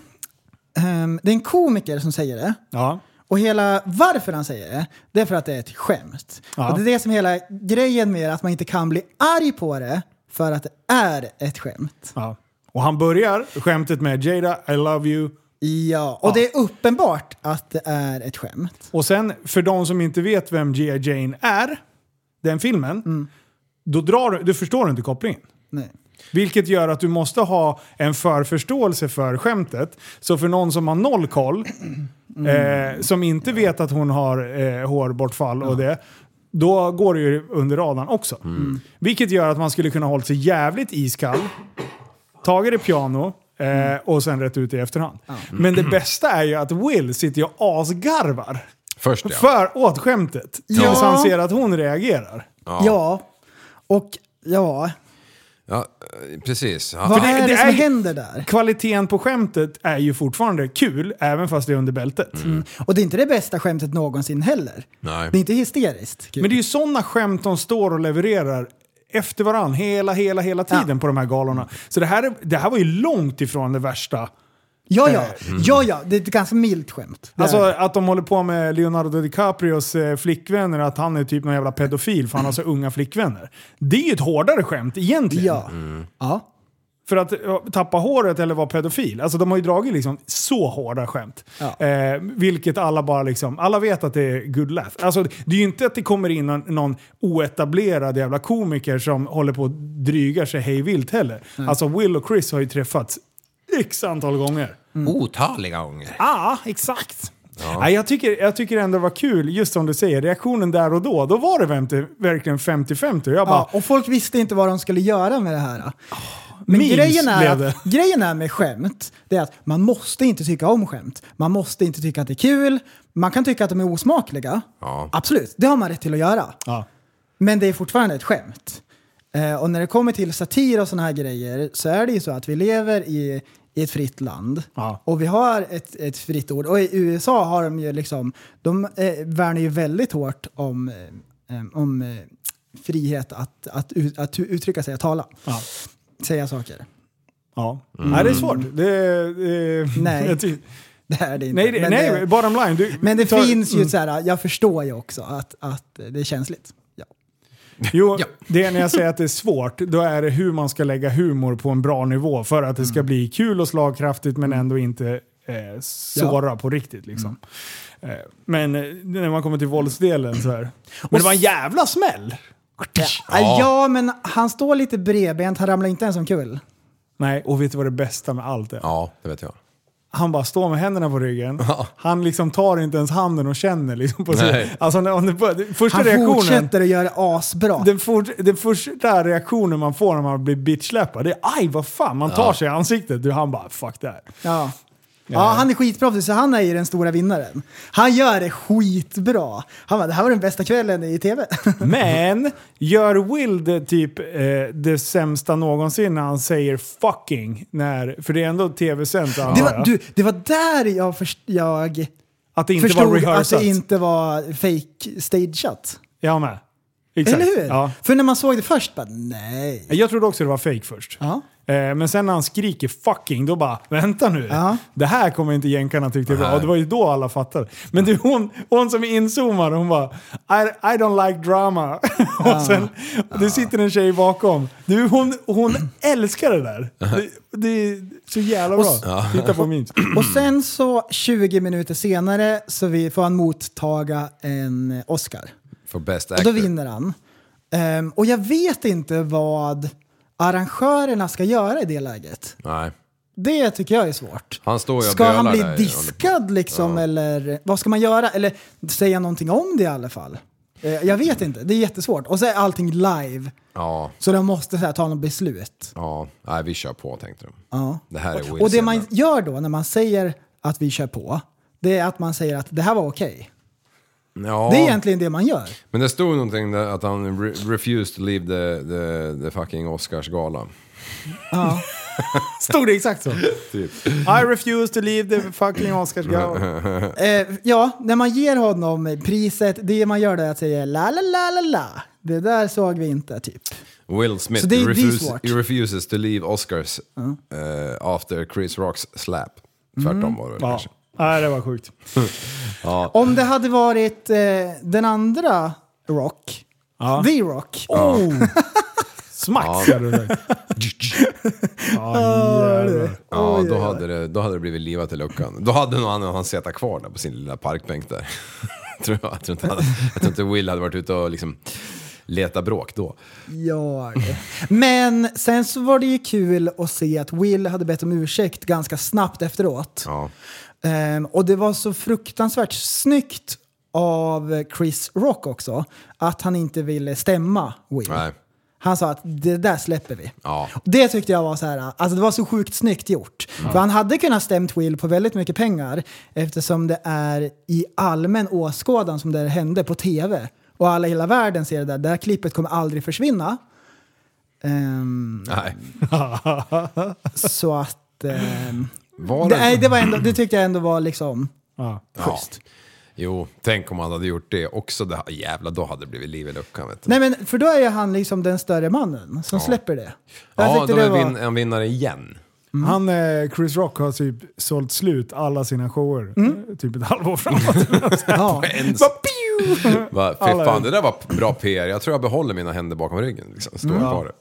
Ehm, det är en komiker som säger det.
Ja.
Och hela varför han säger det, det är för att det är ett skämt.
Ja.
Och det är det som är hela grejen med att man inte kan bli arg på det för att det är ett skämt.
ja. Och han börjar skämtet med Jada, I love you.
Ja, och
Ja.
det är uppenbart att det är ett skämt.
Och sen, för de som inte vet vem G.I. Jane är, den filmen,
Mm.
då drar, du- du förstår inte kopplingen.
Nej.
Vilket gör att du måste ha en förförståelse för skämtet. Så för någon som har noll koll, eh, som inte vet att hon har eh, hårbortfall och det, då går det ju under radarn också. Mm. Vilket gör att man skulle kunna hålla sig jävligt iskall, tagit det piano, Eh, och sen rätt ut i efterhand. Mm. Men det bästa är ju att Will sitter ju och asgarvar
Först ja.
för åt skämtet. Tills
Ja.
han ser att hon reagerar.
Ja. Och ja,
ja eh, precis. Han-
vad
det-
är det,
det
som
är-
händer där?
Kvaliteten på skämtet är ju fortfarande kul, även fast det är under bältet.
Och det är inte det bästa skämtet någonsin heller.
Nej.
Det är inte hysteriskt.
Men det är ju sådana skämt de står och levererar efter varann hela, hela, hela tiden på de här galorna. Så det här, det här var ju långt ifrån det värsta.
Ja, ja, ja, ja, det är ett ganska milt skämt. Det
Mm. Alltså
är-
att de håller på med Leonardo DiCaprios eh, flickvänner, att han är typ någon jävla pedofil för han har så unga flickvänner. Det är ju ett hårdare skämt egentligen.
ja. ja.
För att ja, tappa håret eller vara pedofil. Alltså de har ju dragit liksom så hårda skämt.
Ja.
Eh, vilket alla bara liksom, alla vet att det är good laugh. Alltså det är ju inte att det kommer in någon, någon oetablerad jävla komiker som håller på och drygar sig hej vilt heller.
Mm.
Alltså Will och Chris har ju träffats x antal gånger.
Mm.
Otaliga gånger.
Ah.
Ja, exakt. Nej, jag, tycker, jag tycker ändå det var kul, just som du säger, reaktionen där och då. Då var det 50, verkligen 50-50. Jag bara,
Ja, och folk visste inte vad de skulle göra med det här. Men
memes
grejen är,
blev
att, grejen är med skämt, det är att man måste inte tycka om skämt. Man måste inte tycka att det är kul. Man kan tycka att de är osmakliga.
Ja.
Absolut, det har man rätt till att göra.
ja.
Men det är fortfarande ett skämt. Eh, och när det kommer till satir och sådana här grejer så är det ju så att vi lever i, i ett fritt land.
Ja.
Och vi har ett, ett fritt ord. Och i USA har de ju liksom, de eh, värnar ju väldigt hårt om, eh, em, om eh, frihet att, att, ut, att uttrycka sig och tala.
Ja.
Säga saker.
ja. Nej, det är svårt. Det, det,
Nej.
jag ty-
Det är det inte.
Nej, det,
men,
nej
det,
bottom line. Du,
men det
tar-
finns ju
Mm.
så här, jag förstår ju också att, att det är känsligt. Ja.
Jo,
Ja.
det är när jag säger att det är svårt, då är det hur man ska lägga humor på en bra nivå för att det ska bli kul och slagkraftigt men ändå inte eh, såra på riktigt. Liksom. Eh, men eh, när man kommer till våldsdelen så här. Men det var en jävla smäll!
Ja. ja, men han står lite bredbent, han ramlar inte ens omkull.
Nej, och vet du vad det bästa med allt är?
Ja, det vet jag.
han bara står med händerna på ryggen. Han liksom tar inte ens handen och känner liksom på sig.
Nej.
Alltså, när- om det, bör- det- första
Han
reaktionen,
fortsätter att göra asbra.
den, for, den första reaktionen man får när man blir bitchsläpad, det är aj vad fan, man tar
Ja.
sig i ansiktet. Du, han bara fuck det här.
Ja. Ja, han är skitproffsig så han är ju den stora vinnaren. Han gör det skitbra. Han bara, det här var den bästa kvällen i tv.
Men gör Will det, typ eh, det sämsta någonsin när han säger fucking? När, för det är ändå tv-sänt antar
Det
jag.
var, du, det var där jag, först, jag
Att det inte var
förstod att
rehearsat.
det inte var fake stageat.
Jag med. Exakt.
Eller hur?
Ja.
För när man såg det först, bara nej.
Jag trodde också det var fake först.
Ja.
Eh, Men sen när han skriker 'fucking' då bara “vänta nu,
Ja.
det här kommer inte jänkarna tycka är bra”. Och det var ju då alla fattade. Men det är hon, hon som inzoomar, hon bara “I, I don't like drama”. och sen, det sitter en tjej bakom. Du, hon, hon älskar det där. Det, det är så jävla bra. Titta på min.
Och sen så 20 minuter senare så vi får han mottaga en eh, Oscar.
För best
Och
actor.
då vinner han. Ehm, och jag vet inte vad arrangörerna ska göra i det läget.
Nej.
Det tycker jag är svårt.
Han står ju och
Ska han
bölar
bli
där i-
diskad liksom eller vad ska man göra? Eller säga någonting om det i alla fall? Eh, Jag vet inte, det är jättesvårt. Och så är allting live,
Ja,
så de måste så här, ta något beslut.
ja. Nej, vi kör på tänkte de.
Ja.
Det här är Wills
Och det man
jävla-
gör då när man säger att vi kör på, det är att man säger att det här var okej.
Ja.
Det är egentligen det man gör.
Men det stod någonting där att han re refused to leave the, the, the fucking Oscarsgala.
Stod det exakt så?
Typ.
I refuse to leave the fucking Oscarsgala.
Eh, ja, när man ger honom priset, det man gör då är att säga la la la la la. Det där såg vi inte typ.
Will Smith
Så det- det är
refuse-
svårt.
he refuses to leave Oscars eh, after Chris Rocks slap.
Mm.
Tvärtom var det väl
Ja.
kanske.
Nej, det var sjukt.
Om det hade varit eh, den andra Rock, The Rock,
Oh. Smack! Ja. jävlar.
Ja, då hade, det, då hade det blivit livat i luckan. Då hade nog han, han suttit kvar där på sin lilla parkbänk där. tror jag, jag, tror inte han, jag tror inte Will hade varit ute och liksom leta bråk då.
jag. Men sen så var det ju kul att se att Will hade bett om ursäkt ganska snabbt efteråt.
Ja.
Ehm, och det var så fruktansvärt snyggt av Chris Rock också, att han inte ville stämma Will.
Nej.
Han sa att det där släpper vi.
Ja.
Det tyckte jag var så här, alltså det var så sjukt snyggt gjort.
Mm.
För han hade kunnat stämt Will på väldigt mycket pengar eftersom det är i allmän åskådan som det här hände på tv. Och alla i hela världen ser det där. Det här klippet kommer aldrig försvinna. Ehm,
Nej.
så att... ehm,
Var
det,
det-
nej, det, var ändå, det tyckte jag ändå var liksom...
Ja.
Schysst.
Jo, tänk om han hade gjort det också. Det, här- jävlar, då hade det blivit liv i luckan. Vet du.
Nej men för då är ju han liksom den större mannen som släpper det. Jag
ja,
tyckte
då
det
är
var-
vin, en vinnare igen.
Han, eh, Chris Rock har typ sålt slut alla sina shower.
Mm.
eh, Typ ett halvår framåt.
ja.
Ens.
Bara, pew!
Va, fy
Alla
fan,
är-
det där var p- bra PR. Jag tror jag behåller mina händer bakom ryggen. Liksom. Står kvar där.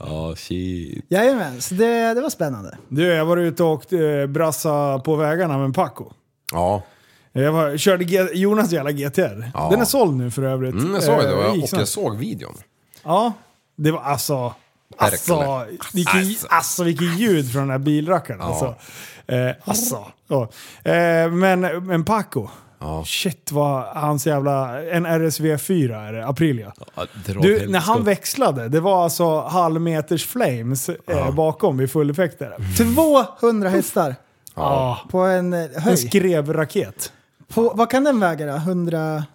Ja, shit.
Jajamän, så det, det var spännande.
du, jag var ute och åkte, eh, brassa på vägarna med Paco.
Ja,
Jag var, körde G- Jonas jävla GTR.
Ja.
Den är såld nu för övrigt.
mm, jag såg det
Eh,
och jag,
gick
och
snabbt.
jag såg videon.
Ja, det var alltså... Alltså,
Verkligen.
vilken,
Alltså.
alltså vilket ljud från den här bilrackaren. Alltså. Eh, alltså. Ja. Eh, men, men Paco. Shit vad hans jävla... En RSV4 är det, Aprilia. Du, när han växlade, det var alltså halvmeters flames eh, bakom vid fulleffekter.
200 hästar
Ah,
på en eh,
en
höj.
skrevraket.
På, vad kan den väga då? 150?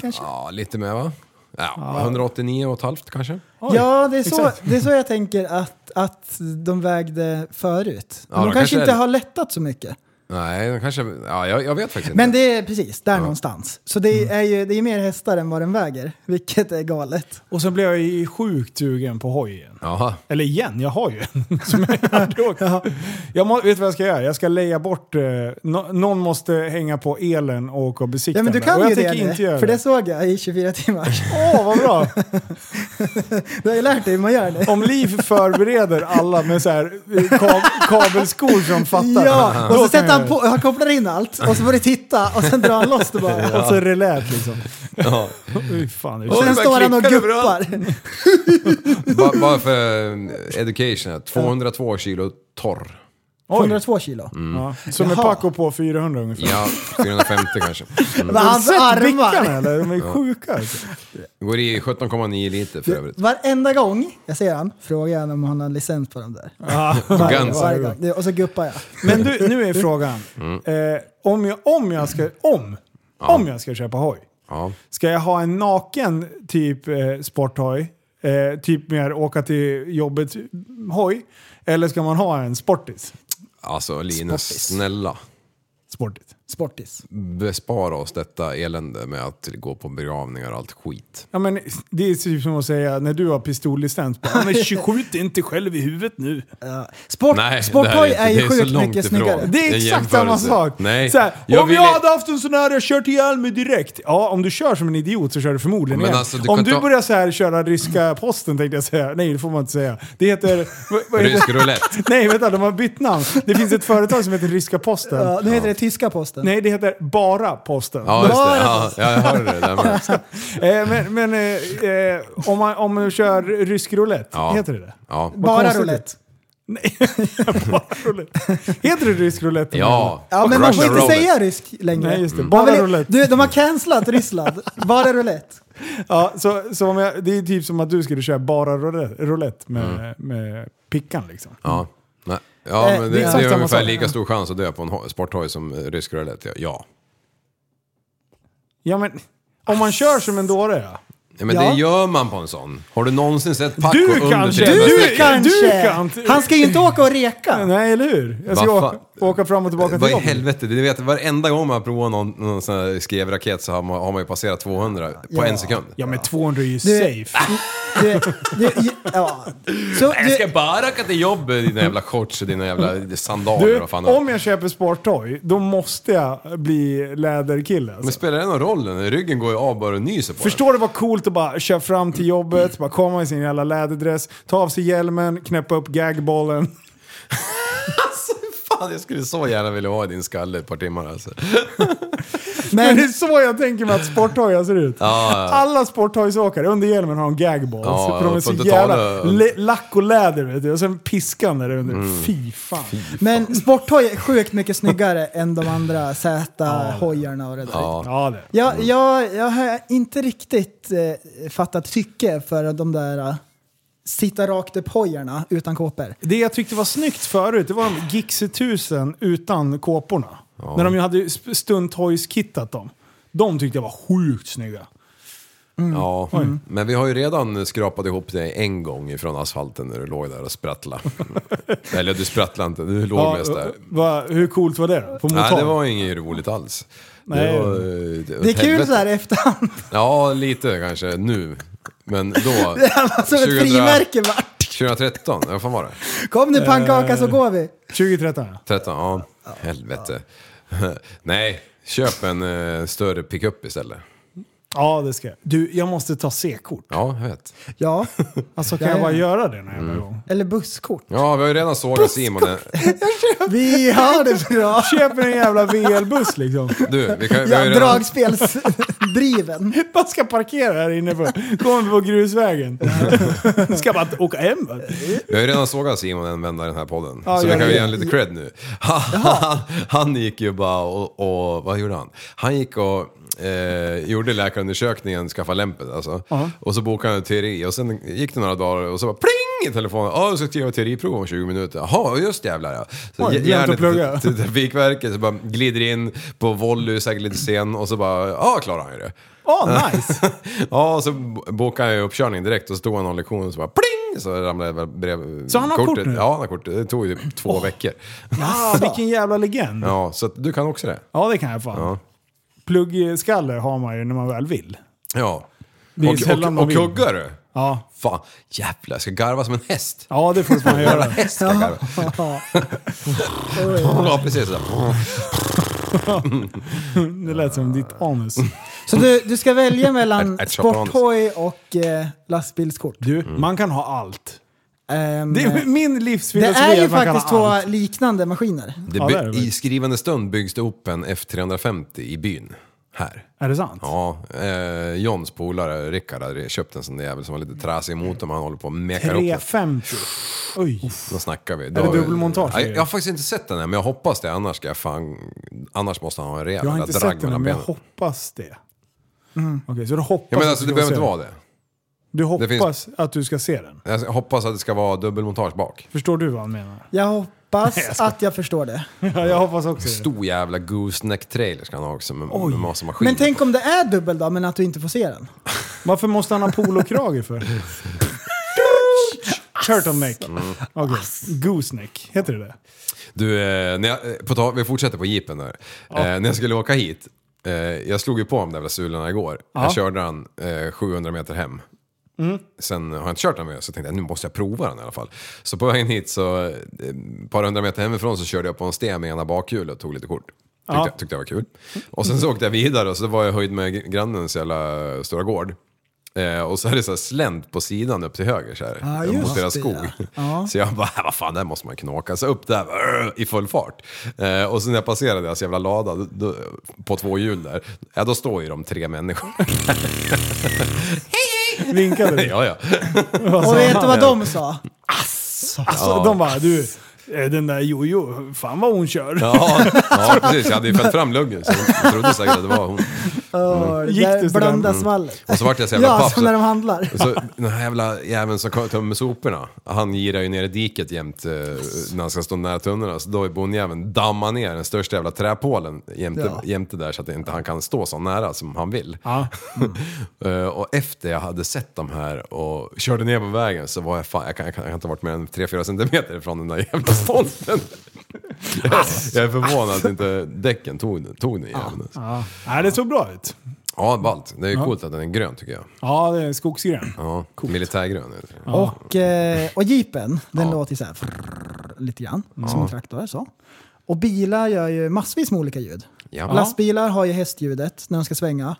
Kanske?
Ja, lite mer va? Ja, 189 och ett halvt kanske?
ja, det är, så,
exakt.
det är så jag tänker att, att de vägde förut.
Ja,
de
de
kanske,
kanske
inte
är-
har lättat så mycket.
Nej, de kanske... Ja, jag, jag vet faktiskt
Men
inte.
det är precis, där någonstans. Så det
Mm.
är ju det är mer hästar än vad den väger, vilket är galet.
Och sen blev jag ju sjukt sugen på hojen.
Jaha.
Eller igen, jag har ju en som jag aldrig åkt. Jag må, vet du vad jag ska göra? Jag ska leja bort... Eh, nå- någon måste hänga på elen och åka och besikta
Ja men du
den. och
kan ju
jag
det,
tänker
nu,
inte göra
för det
det.
såg jag i 24 timmar.
Åh, vad bra!
Du har ju lärt dig hur man gör det.
Om Liv förbereder alla med så här, eh, kab kabelskor som fattar.
Ja, och
då
så
kan
sätter
jag
han på, han kopplar in allt och så får du titta och sen drar han loss det bara.
göra det. Och så relät liksom.
Ja.
Fy fan, det är
Och
Sen
det bara
står han och
klickar
guppar.
Ba- Bara för eh, education, här. 202 kilo torr.
202 kilo.
Ja. Som är
Jaha.
Paco på 400 ungefär.
Mm. Ja, 450 kanske. Mm.
Men hans
Har du sett bickarna
armar.
eller? De är
Ja.
sjuka alltså.
Går i 17,9 liter för övrigt.
Varenda gång jag ser han frågar jag om han har licens på dem där. Varje-
Guns.
varje gång. Det- Och så guppar jag.
Men du, nu är frågan.
Mm.
Eh, om, jag, om jag ska... Om! Om jag ska köpa hoj.
Ja.
Ska jag ha en naken typ eh, sporthoj? Eh, typ mer åka till jobbet hoj? Eller ska man ha en sportis?
Alltså Linus,
Sportis.
snälla.
Sportis.
Sportis.
Bespara oss detta elände med att gå på begravningar och allt skit.
Ja, men det är typ som att säga när du har pistollicens. Bara, "Ja, Men skjut inte själv i huvudet nu.
Sport,
Nej,
sporthoj
det här
är,
är inte- det
ju
är så
sjukt
långt
mycket
ifrån.
snyggare.
Det är
En
exakt
jämförelse.
samma sak.
Nej,
Så här,
jag
om
ville-
jag hade haft en sån här, jag kört ihjäl mig direkt. Ja, om du kör som en idiot så kör du förmodligen
Men
igen.
alltså, du
om
kan
du
ta-
börjar så här köra ryska posten tänkte jag säga. Nej, det får man inte säga. Det heter... vad- vad heter-
Rysk roulette.
Nej, vänta, de har bytt namn. Det finns ett företag som heter Ryska posten.
Ja, nu heter det tyska posten.
Nej, det heter bara posten.
Ja, just det. Ja, jag hörde det. Där med.
Eh, men men eh, eh, om, man, om man kör rysk roulette,
Ja.
heter det det?
Ja.
Vad
Bara
konstigt.
roulette.
Nej, bara roulette. Heter det rysk roulette?
ja.
Ja, men man får
Russian
inte
roulette.
säga rysk längre.
Nej, just det.
Man
Bara
vill-
roulette.
Du, de har cancelat Ryssland. Bara roulette.
Ja, så, så om jag, det är typ som att du skulle köra bara roulette- roulette med,
Mm.
med pickan liksom.
Ja. Nej. Ja,
Eh,
men
det
det,
är exakt
det är
samma
ungefär
sak.
lika stor chans att dö på en ho- sporthoj som eh, rysk roulette. Ja. Ja,
Ja, men om man kör som en dåre ja.
ja men
Ja.
det gör man på en sån. Har du någonsin sett Paco
Du
under
kanske!
tre
Du
meter?
kan-
Kanske.
kan inte-
Han ska ju inte åka och reka.
Nej, eller hur? Jag ska
Vad
åka,
fan?
åka fram och tillbaka till
Vad i
jobbet.
helvete, du vet varenda gång man provar någon, någon sån här skrevraket så har man, har man ju passerat 200 på en sekund.
Ja, men 200 är ju
Du-
safe.
Du, du, ja. Så,
Jag ska
du,
bara åka till jobbet i dina jävla shorts och dina jävla sandaler
Du,
och fan.
om jag köper sporttoy, då måste jag bli läderkille.
Men
Alltså.
spelar det någon roll? nu? Ryggen går ju av bara du nyser på
Förstår du vad coolt att bara köra fram till jobbet, bara komma i sin jävla läderdress, ta av sig hjälmen, knäppa upp gagbollen.
den. Fan, jag skulle så gärna vilja ha i din skalle ett par timmar alltså.
Men det är
men,
så jag tänker mig att sporthojar ser ut. Alla sporthojsåkare, under hjälmen har de gagballs.
Ja,
för de är
jag
så
får inte
jävla...
tala-
Le, lack och läder vet du. Och sen piskan där under.
Mm.
Fy fan.
men sporthoj är sjukt mycket snyggare än de andra Z-hojarna och det där.
Ja, det.
Jag, jag, jag har inte riktigt eh, fattat tycke för de där eh, sitta rakt upp-hojarna utan kåpor.
det jag tyckte var snyggt förut, det var de Gixi 1000 utan kåporna. När de ju hade sp- stunthojskittat dem. De tyckte jag var sjukt snygga.
Ja, men vi har ju redan skrapat ihop dig en gång ifrån asfalten när du låg där och sprattlade. Eller du sprattlade inte, du låg mest där.
va, hur coolt var det då? På
Nej,
motorn?
det var inget roligt alls.
Nej.
Det, var, eh, det,
Det är kul så här i efterhand.
Ja, lite kanske nu. Men då...
Som ett
2000
frimärke vart.
2013, vad fan var det?
Kom nu pannkaka
Eh.
så går vi.
2013 ja.
13, ja. Helvete. Nej, köp en eh, större pickup istället.
Ja, det ska jag. Du, jag måste ta C-kort.
Ja, jag vet.
Ja,
Alltså kan jag bara göra det när jag
Mm.
är igång?
eller busskort.
Ja, vi har ju redan sågat Simon.
Vi har det bra.
Köper en jävla VL-buss liksom.
Du, vi, kan, vi har
Ja,
ju redan...
dragspelsdriven.
Man ska parkera här inne på, kommer på grusvägen. ska bara åka hem va?
Vi har ju redan sågat Simon en vända i den här podden.
Ja,
så
gör
vi kan
det.
ju ge honom lite cred nu. Han, han gick ju bara och, och... Vad gjorde han? Han gick och eh, gjorde läkarundersökningen, skaffade lämpet alltså. Och så bokade han teori och sen gick det några dagar och så bara pling i telefonen. Ja, du ska skriva teoriprov om 20 minuter. Jaha, just jävlar ja. Så
Oj,
ge-
glömt
ger han
att
lite
plugga.
till- till Trafikverket så bara glider in på volley, säkert lite sen och så bara... Ja, klarar han ju det.
Åh, nice!
Ja, och så bo- bokade han ju uppkörning direkt och så tog han någon lektion och så bara pling! Så ramlade väl brev...
Så han har kort
kortet.
nu?
Ja, han har kort. Det tog ju typ två veckor.
Ah, vilken jävla legend.
Ja, så att du kan också det.
Ja, det kan jag fan.
Ja.
Pluggskaller har man ju när man väl vill.
Ja.
Det är sällan
och, och,
man
och
vill.
kuggar du?
Ja,
Fan, jävlar jag ska garva som en häst.
ja det får man
Jävla
göra.
häst ska jag garva. Ja, precis. Så.
Det lät som ditt anus.
Så du, du ska välja
Ett-
mellan
ett chaperon.
sporthoj och eh, lastbilskort.
Du,
Mm.
man kan ha allt.
Ehm,
Det är min
det
livsfilosofi
är ju
att man kan
faktiskt
ha
två
allt.
liknande maskiner.
Det
Ja,
by-
det är det väl.
I skrivande stund byggs det upp en F350 i byn. Här.
Är det sant?
Ja, eh, Johns polare Rickard hade köpt en sån där jävel som var lite trasig mot om han håller på och mekar upp den.
350. Oj.
Då snackar vi. Är
det dubbelmontage?
Jag, jag har faktiskt inte sett den här, men jag hoppas det. Annars ska jag fan... Annars måste han ha en rejäl
Jag har
jävla
inte
drag
sett den
mellan
än, men jag
benen.
hoppas det. Okej, så du hoppas
Ja, men
att
alltså, det
du ska
behöver
se
inte
den?
vara det.
Du
Det finns-
hoppas att du ska se den?
Jag hoppas att det ska vara dubbelmontage bak.
Förstår du vad han menar?
Jag hoppas
Nej, jag ska-
att jag förstår det.
Ja, jag hoppas också det.
Stor jävla gooseneck-trailer ska han ha också med,
Oj.
med massa maskiner.
Men tänk om det är dubbel då, men att du inte får se den.
Varför måste han ha polokrage för? Turtleneck. Okej. Gooseneck, heter det det?
Du, eh, när jag, eh, på tal, vi fortsätter på jeepen där. Eh, när jag skulle åka hit, eh, jag slog ju på de där jävla sulorna igår.
Ja.
Jag körde den eh, 700 meter hem. Sen har jag inte kört den mer, så tänkte jag nu måste jag prova den i alla fall. Så på vägen hit, så, eh, ett par hundra meter hemifrån, så körde jag på en sten med ena bakhjulet och tog lite kort. Tyckte,
Ja.
jag, tyckte jag var kul. Och sen så åkte jag vidare och så var jag höjd med gr- grannens jävla eh, stora gård. Eh, och så är det så här slänt på sidan upp till höger så här,
Ja,
mot
Ah, just
deras
det.
skog. Så jag bara, vad fan, där måste man knåka. Så upp där brr, i full fart. Eh, och så när jag passerade deras jävla lada då, då, på två hjul där, ja då står ju de tre människor.
Vinkade du?
ja, ja.
Och vet du vad de sa?
Alltså, de bara du, eh, den där Jojo, fan vad hon kör.
Ja, ja, precis. Jag hade ju fällt fram luggen så de trodde säkert att det var hon. Mm.
Oh,
Gick
Gick
du
du
sådär?
Blanda svallet.
Och så vart jag så jävla
Ja,
paff.
som när de handlar.
Så den här jävla jäveln som kom- tömmer soporna, han girar ju ner i diket jämt eh, när han ska stå nära tunnorna. Så då är bondjäveln dammar ner den största jävla träpålen jämte,
Ja.
jämte där så att inte han kan stå så nära som han vill.
Ja. Mm.
Eh, och efter jag hade sett de här och körde ner på vägen så var jag fan, jag kan, jag kan, jag kan inte ha varit mer än 3-4 centimeter från den där jävla stolpen. jag, jag är förvånad att inte däcken tog, den- tog den jäveln.
Alltså.
alltså.
Ja. Nej, det såg bra ut.
Ja, ballt. Det är ju coolt att den är grön tycker jag.
Ja, det är skogsgrön.
Ja, militärgrön heter det.
Och, eh, och jeepen, den låter ju så här frrrr, lite grann, som en traktor. Så. Och bilar gör ju massvis med olika ljud.
Ja.
Lastbilar har ju hästljudet när de ska svänga.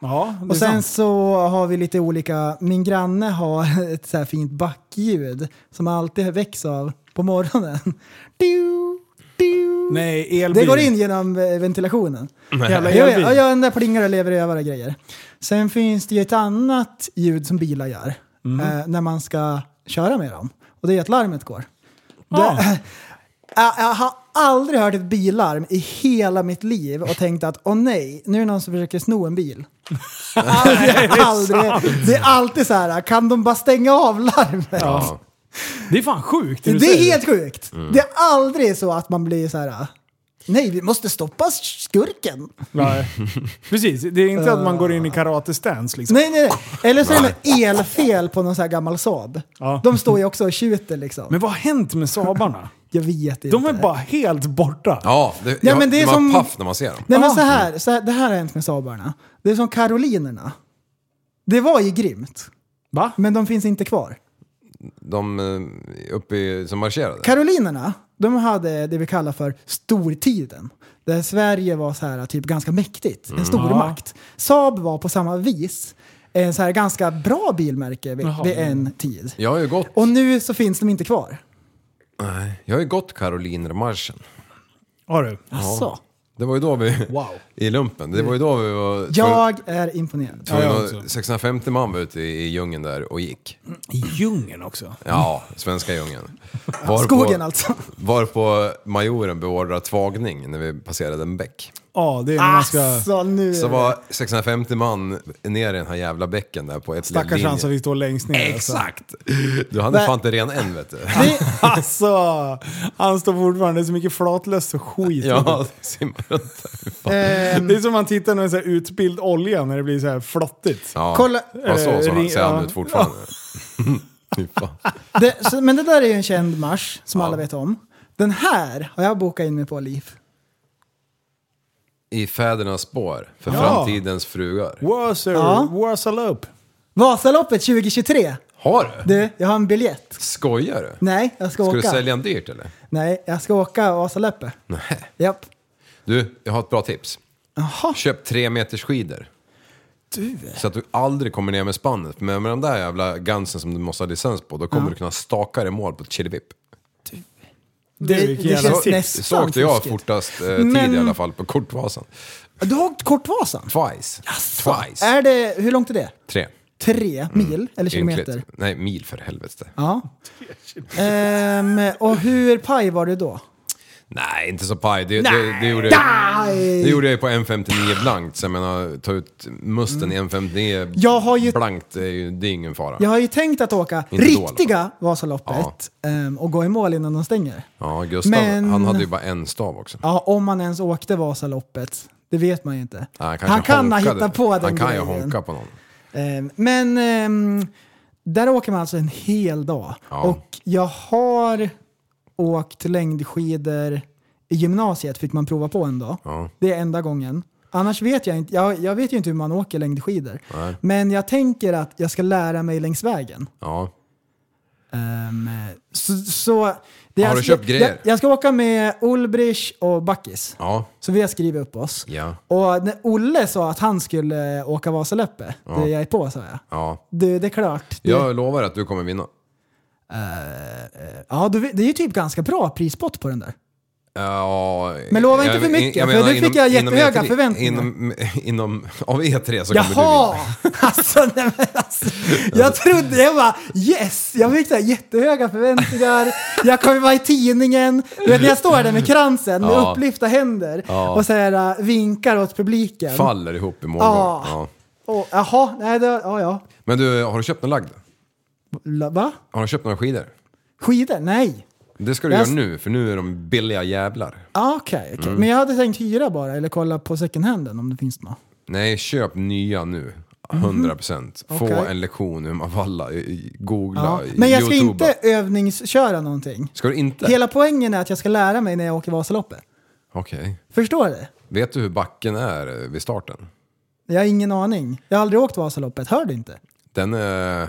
Ja, det är
Och sen
sant.
så har vi lite olika, min granne har ett så här fint backljud som alltid väcks av på morgonen. Du, du.
Nej, elbil.
Det går in genom eh, ventilationen.
Jävla
Ja, ja,
elbil.
ja, den där plingar och leverövar och grejer. Sen finns det ju ett annat ljud som bilar gör
Mm.
eh, när man ska köra med dem. Och det är att larmet går.
Ja.
Jag, jag har aldrig hört ett billarm i hela mitt liv och tänkt att åh nej, nu är det någon som försöker sno en bil. aldrig, aldrig. Det är alltid så här, kan de bara stänga av larmet?
Ja.
Det är fan sjukt hur du
Det är
säger Mm.
helt sjukt. Det är aldrig så att man blir så här, "Ah, nej vi måste stoppa skurken.
Nej. Precis, det är inte att man går in i karate-stance liksom.
Nej, nej, nej. Eller så är det något elfel på någon så här gammal Saab.
Ja.
De står ju också och tjuter liksom.
Men vad har hänt med sabarna?
jag vet inte.
De är bara helt borta.
Ja, det,
Ja,
jag,
men det är
man
som-
paff när man ser dem.
Nej
Ah.
men så här, så här, det här har hänt med Saabarna. Det är som Karolinerna. Det var ju grymt,
Va?
men de finns inte kvar.
De eh, uppe i, som marscherade.
Karolinerna, de hade det vi kallar för stortiden. Där Sverige var så här, typ ganska mäktigt, en
Mm.
stormakt. Saab var på samma vis en så här ganska bra bilmärke vid,
Jaha.
vid en tid.
Jag har ju gått,
Och nu så finns de inte kvar.
nej, jag har ju gått Karolinermarschen.
Har du?
Alltså,
Det var ju då vi,
Wow.
i lumpen, det var ju då vi var...
jag är imponerad.
Tvungna,
Ja, jag
tvungna-
också.
650 man var ute i, i djungeln där och gick.
I djungeln också?
Ja, svenska djungeln. Varpå,
Skogen alltså.
Varpå majoren beordrar tvagning när vi passerade en bäck.
Ja, det är när man ska...
Alltså nu.
Så var 650 man ner i den här jävla bäcken där på ett
Stackars han som fick stå längst ner.
Exakt! Alltså. Du hade fan inte ren än vet du.
Alltså. alltså, han står fortfarande det är så mycket flatlöst och skit. Ehm.
Ja, simma runt där. Fy fan.
Det är som man tittar på en sån här utspilld olja när det blir så här flottigt.
Ja,
Kolla-
ja, så, så
Eh,
han, ser han
ja.
ut fortfarande. Fy fan.
Det, så, men det där är ju en känd marsch som alla vet om. Den här har jag bokat in mig på, Liv.
I fädernas spår, för
Ja.
framtidens fruar.
Wasser,
Ja.
Wasalope.
Vasaloppet 2023.
Har du?
Du, jag har en biljett.
Skojar du?
Nej, jag ska,
Ska
åka.
du sälja en dyrt eller?
Nej, jag ska åka Vasaloppet.
Nej.
Japp.
Du, jag har ett bra tips.
Jaha.
Köp tre meters skidor. Så att du aldrig kommer ner med spannet. Men med de där jävla gansen som du måste ha licens på, då kommer du kunna staka dig i mål på ett chilivipp.
Det
Det-
gick
det
jävla
känns
tips.
nästan
Så åkte jag
fuskigt.
fortast eh, tid
Men-
i alla fall på Kortvasan.
Du har åkt Kortvasan?
Twice. Twice.
Är det, hur långt är det?
Tre.
Tre mil eller kilometer?
Mm. Ynkligt. Nej, mil för helvete.
Ja. Ehm, och hur paj var du då?
Nej, inte så paj. Det, det, det, gjorde, jag- det gjorde jag på M59 blankt. Så jag menar, ta ut musten i M59
Mm. Jag har ju-
blankt, är ju- det är ingen fara.
Jag har ju tänkt att åka
Inte då, i alla
riktiga Vasaloppet ehm, och gå i mål innan de stänger.
Ja, Gustav,
Men-
han hade ju bara en stav också.
Ja, om man ens åkte Vasaloppet. Det vet man ju inte.
Ja, kanske
han kan ha
honkade.
hittat på den
Han kan ju
grejen.
honka på någon.
Ehm, Men ehm, där åker man alltså en hel dag.
Ja.
Och jag har åkt längdskidor i gymnasiet, fick man prova på en dag.
Ja.
Det är enda gången. Annars vet jag inte, jag, jag vet ju inte hur man åker längdskidor.
Nej.
Men jag tänker att jag ska lära mig längs vägen.
Ja.
Ehm, så, så, det
Har du
jag,
köpt
jag,
grejer?
Jag, jag ska åka med Ulbrich och Backis.
Ja.
Så vi har skrivit upp oss.
Ja.
Och när Olle sa att han skulle åka Vasaloppet,
Ja.
det jag är på sa jag.
Ja.
Du, det är klart. Det,
Jag lovar att du kommer vinna.
ja, du, det är ju typ ganska bra prispott på den där.
Ja,
Men lova
jag-
inte för mycket,
jag
för
menar
nu fick jag
inom- inom
jättehöga
E3
förväntningar.
Inom, inom, av E3 så kommer du
Jaha!
vinna.
Alltså, nej, men alltså, jag trodde, jag bara yes! Jag fick så här jättehöga förväntningar, jag kommer vara i tidningen. Du vet när jag står där med kransen med
Ja.
upplyfta händer
Ja.
och så här, äh, vinkar åt publiken.
Faller ihop i morgon.
Ja.
Ja.
Och, jaha, nej det, ja ja.
Men du, har du köpt någon lagd?
La- Va?
Har du köpt några skidor?
Skidor? Nej.
Det ska du
Jag-
göra nu, för nu är de billiga jävlar.
Ah, Okej, okej.
Mm.
Men jag hade tänkt hyra bara eller kolla på second handen om det finns något.
Nej, köp nya nu. 100 procent. Få
Mhm. Okej.
en lektion hur man vallar. i- i- Googla,
Ja.
i-
Men jag ska
youtuba.
inte övningsköra någonting.
Ska du inte?
Hela poängen är att jag ska lära mig när jag åker Vasaloppet.
Okej.
Förstår du?
Vet du hur backen är eh, vid starten?
Jag har ingen aning. Jag har aldrig åkt Vasaloppet, hör du inte?
Den är...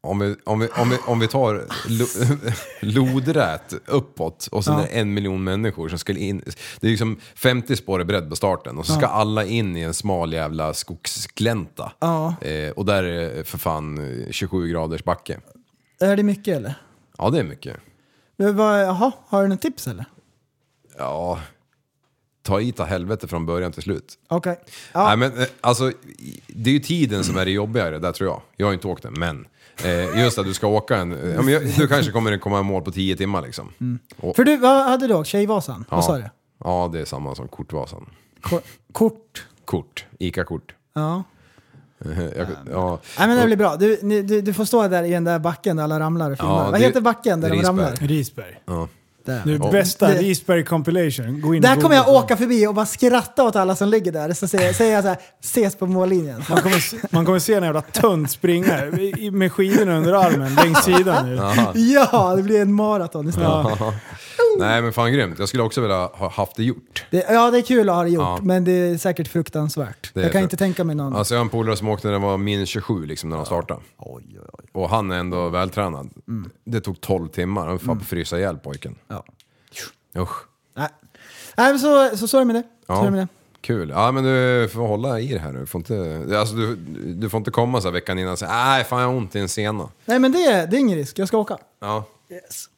Om vi, om, vi, om, vi, om vi tar lo, lodrät uppåt och sen
Ja.
är det en miljon människor som skulle in. Det är liksom 50 spår i bredd på starten och så ska alla in i en smal jävla skogsglänta.
Ja.
Eh, och där är det för fan eh, 27 graders backe.
Är det mycket eller?
Ja, det är mycket.
Men vad- Jaha, har du något tips eller?
Ja, ta i ta helvete från början till slut.
Okej. Ja.
Nej, men, eh, alltså, i- det är ju tiden som är det jobbigare där tror jag. Jag har inte åkt den, men eh, just att du ska åka en... eh, ja, men jag, du kanske kommer komma i mål på 10 timmar liksom. Och,
För du, vad hade du åkt? Tjejvasan?
ja,
Mm. Vad sa du?
Ja, det är samma som Kortvasan.
Ko- Kort?
Kort, ICA-kort.
Ja.
Eh, jag, ja.
Nej men det blir bra. Du, ni, du, du får stå där i den där backen där alla ramlar och filmar.
Ja,
vad
det-
heter backen där
Risberg.
de ramlar?
Risberg.
Där.
Nu, bästa
Det-
Risberg compilation. Gå in och
Där kommer jag
googla.
åka förbi och bara skratta åt alla som ligger där. Så säger, säger jag så här, ses på mållinjen.
Man kommer, se- man kommer se en jävla tönt springa i- med skidorna under armen längs sidan nu.
Ja, det blir en maraton istället. Ja.
Nej men fan grymt, jag skulle också vilja ha haft det gjort.
Det, ja, det är kul att ha det gjort,
Ja.
men det är säkert fruktansvärt.
Det är
jag kan
frukt-
inte tänka mig någon...
Alltså jag har en polare som åkte när det var minus 27 liksom när han startade. Och han är ändå vältränad. Det tog 12 timmar, han får mm. frysa ihjäl pojken.
Mm. Ja.
Usch.
Nej. Nej, men så, så, så är det med det. Så är det med det.
Kul. Ja men du får hålla i det här nu. Du får inte, alltså, du, du får inte komma så här veckan innan och säga nej fan jag har ont i en sena.
Nej, men det, är- det är ingen risk. Jag ska åka.
Ja.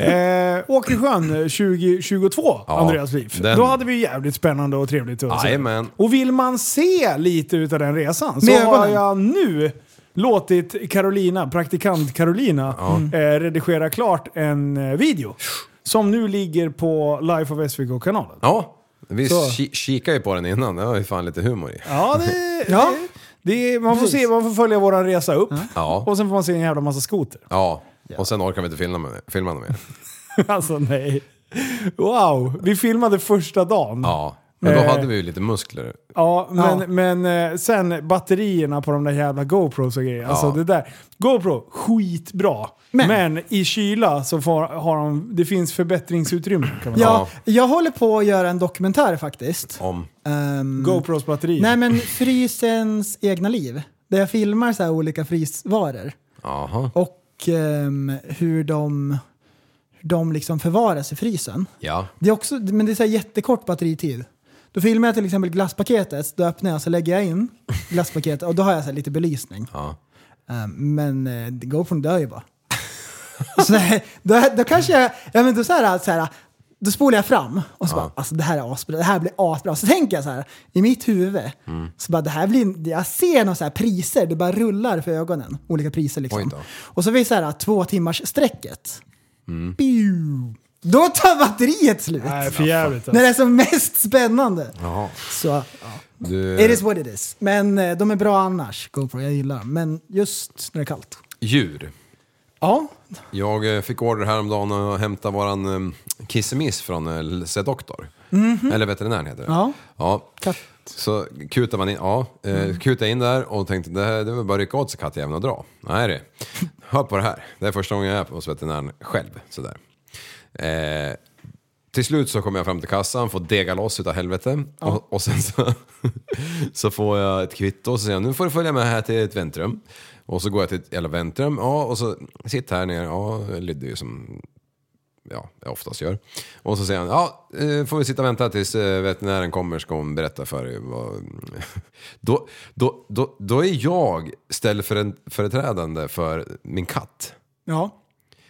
Eh, Åkersjön eh, 2022,
Ja,
Andreas liv.
den-
Då hade vi jävligt spännande och trevligt
Alltså-
att se.
Jajamän.
Och vill man se lite utav den resan så
Med
har
ögonen.
jag nu låtit Carolina, praktikant Carolina, eh, redigera klart en eh, video. Som nu ligger på Life of SVK-kanalen.
Ja. Vi
Så.
ki- kikade ju på den innan, det var ju fan lite humor i.
Ja, det,
Ja.
det, det, man, får se, man får följa våran resa upp.
Ja.
Och sen får man se en jävla massa skoter.
Ja. Och sen orkar vi inte filma, med, filma dem mer.
Alltså nej. Wow, vi filmade första dagen.
Ja. Men då
Eh.
hade vi ju lite muskler.
Ja, men,
Ja.
men eh, sen batterierna på de där jävla GoPros och grejer. Alltså
Ja.
det där. GoPro, skitbra. Men,
Men-
i kyla så får, har de, det finns förbättringsutrymme kan man säga.
Ja, Jag håller på att göra en dokumentär faktiskt.
Om...
Ehm,
GoPros batterier.
Nej, men frysens egna liv. Där jag filmar så här olika frysvaror.
Aha.
Och ehm, hur de, hur de liksom förvaras i frysen.
Ja.
Det är också, men det är så här jättekort batteritid. Då filmar jag till exempel glasspaketet, då öppnar jag så lägger jag in glasspaketet och då har jag så här lite belysning.
Ja.
Ehm, men eh, GoPro dör ju bara. Så det- då, då kanske jag, ja men då så här, så här då spolar jag fram och så bara, alltså det här är asbra, det här blir asbra. Så tänker jag så här, i mitt huvud,
Mm.
så bara det här blir, jag ser några så här priser, det bara rullar för ögonen. Olika priser
Oj
liksom.
då.
Och så vid så här två timmars sträcket
Mm.
Piu. Då tar batteriet slut.
Nej, för jävligt
När
alltså.
det är som mest spännande.
Jaha.
Så, ja.
Du,
It is what it is. Men eh, de är bra annars, GoPro. Jag gillar dem. Men just när det är kallt.
Djur.
Ja.
Jag eh, fick order häromdagen att hämta våran eh, kissemiss från Se Doktor. Eller veterinären heter det.
Ja.
ja. Så kutar man in, ja, eh, kutade in där och tänkte det, här, det var bara att rycka åt sig kattjäveln och dra. Nej det. hör på det här. Det är första gången jag är hos veterinären själv. Sådär. Eh, till slut så kommer jag fram till kassan, får dega loss utav helvete. Och, och sen så, så får jag ett kvitto och så säger jag, nu får du följa med här till ett väntrum. Och så går jag till ett jävla väntrum, ja, och så sitt här nere, ja, lydde ju som ja, jag oftast gör. Och så säger han, ja, eh, får vi sitta och vänta tills eh, veterinären kommer ska hon berätta för dig. vad- Då, då, då, då är jag ställföreträdande för min katt.
Ja.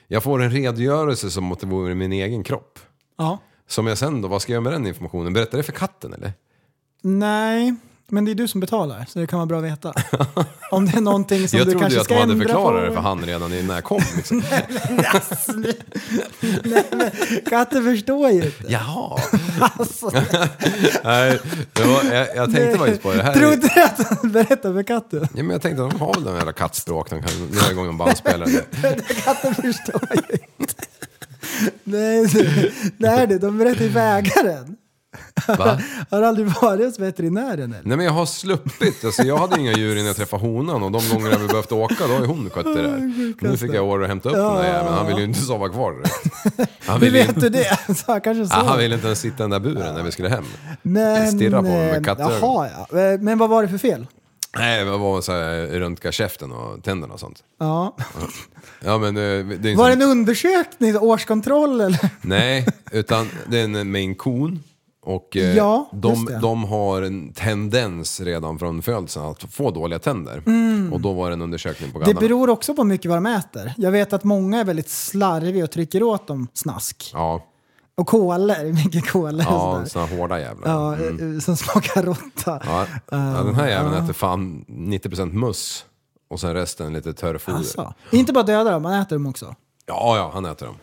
Jag får en redogörelse som att det vore min egen kropp.
Ja.
Som jag sen då, vad ska jag göra med den informationen? Berätta det för katten eller?
Nej, men det är du som betalar. Så det kan vara bra att veta. Om det är någonting som
jag
du
trodde ju
kanske
att
ska
man
ändra på.
hade förklarat det för han redan innan jag kom. Liksom.
Katten förstår ju inte.
Jaha!
Alltså,
Nej, det var, jag, jag tänkte faktiskt på det. här.
Trodde du att han berättade för katten?
Ja, men jag tänkte att de har väl den jävla kattspråk de kan dra igång en bandspelare.
Katten förstår ju inte. Nej, du. nej du, de berättar ju för ägaren.
Va?
Har du aldrig varit hos veterinären eller?
Nej men jag har sluppit. Alltså, jag hade inga djur innan jag träffade honan och de gånger jag behövt åka då har ju hon skött det där. Nu fick jag order att hämta upp den där jäveln. Han ville ju inte sova kvar direkt. Han
Hur
ville, ju-
vet du det? Så han kanske
Ja,
såg.
han ville inte ens sitta i den där buren när vi skulle hem.
Men,
stirra på mig med
eh,
kattögon.
Jaha, ja. Eh, Men vad var det för fel?
Nej, det var så här, röntga käften och tänderna och sånt.
Ja.
Ja men eh, det är en
Var det
sån-
en undersökning, årskontroll eller?
Nej, utan det är en main kon. Och eh,
Ja, just
de,
det.
de har en tendens redan från födseln att få dåliga tänder. Och då var det en undersökning på
Mm. Det
gaddarna.
beror också på hur mycket vad de äter. Jag vet att många är väldigt slarviga och trycker åt dem snask.
Ja,
Och kolor, mycket kolor
ja
och sådär.
såna här hårda jävlar. Mm.
Ja, eh, som smakar råtta.
Ja, ja, den här jäveln äter fan 90% muss och sen resten lite törrfoder.
Alltså, inte bara döda dem, man äter dem också.
Ja, ja, han äter dem.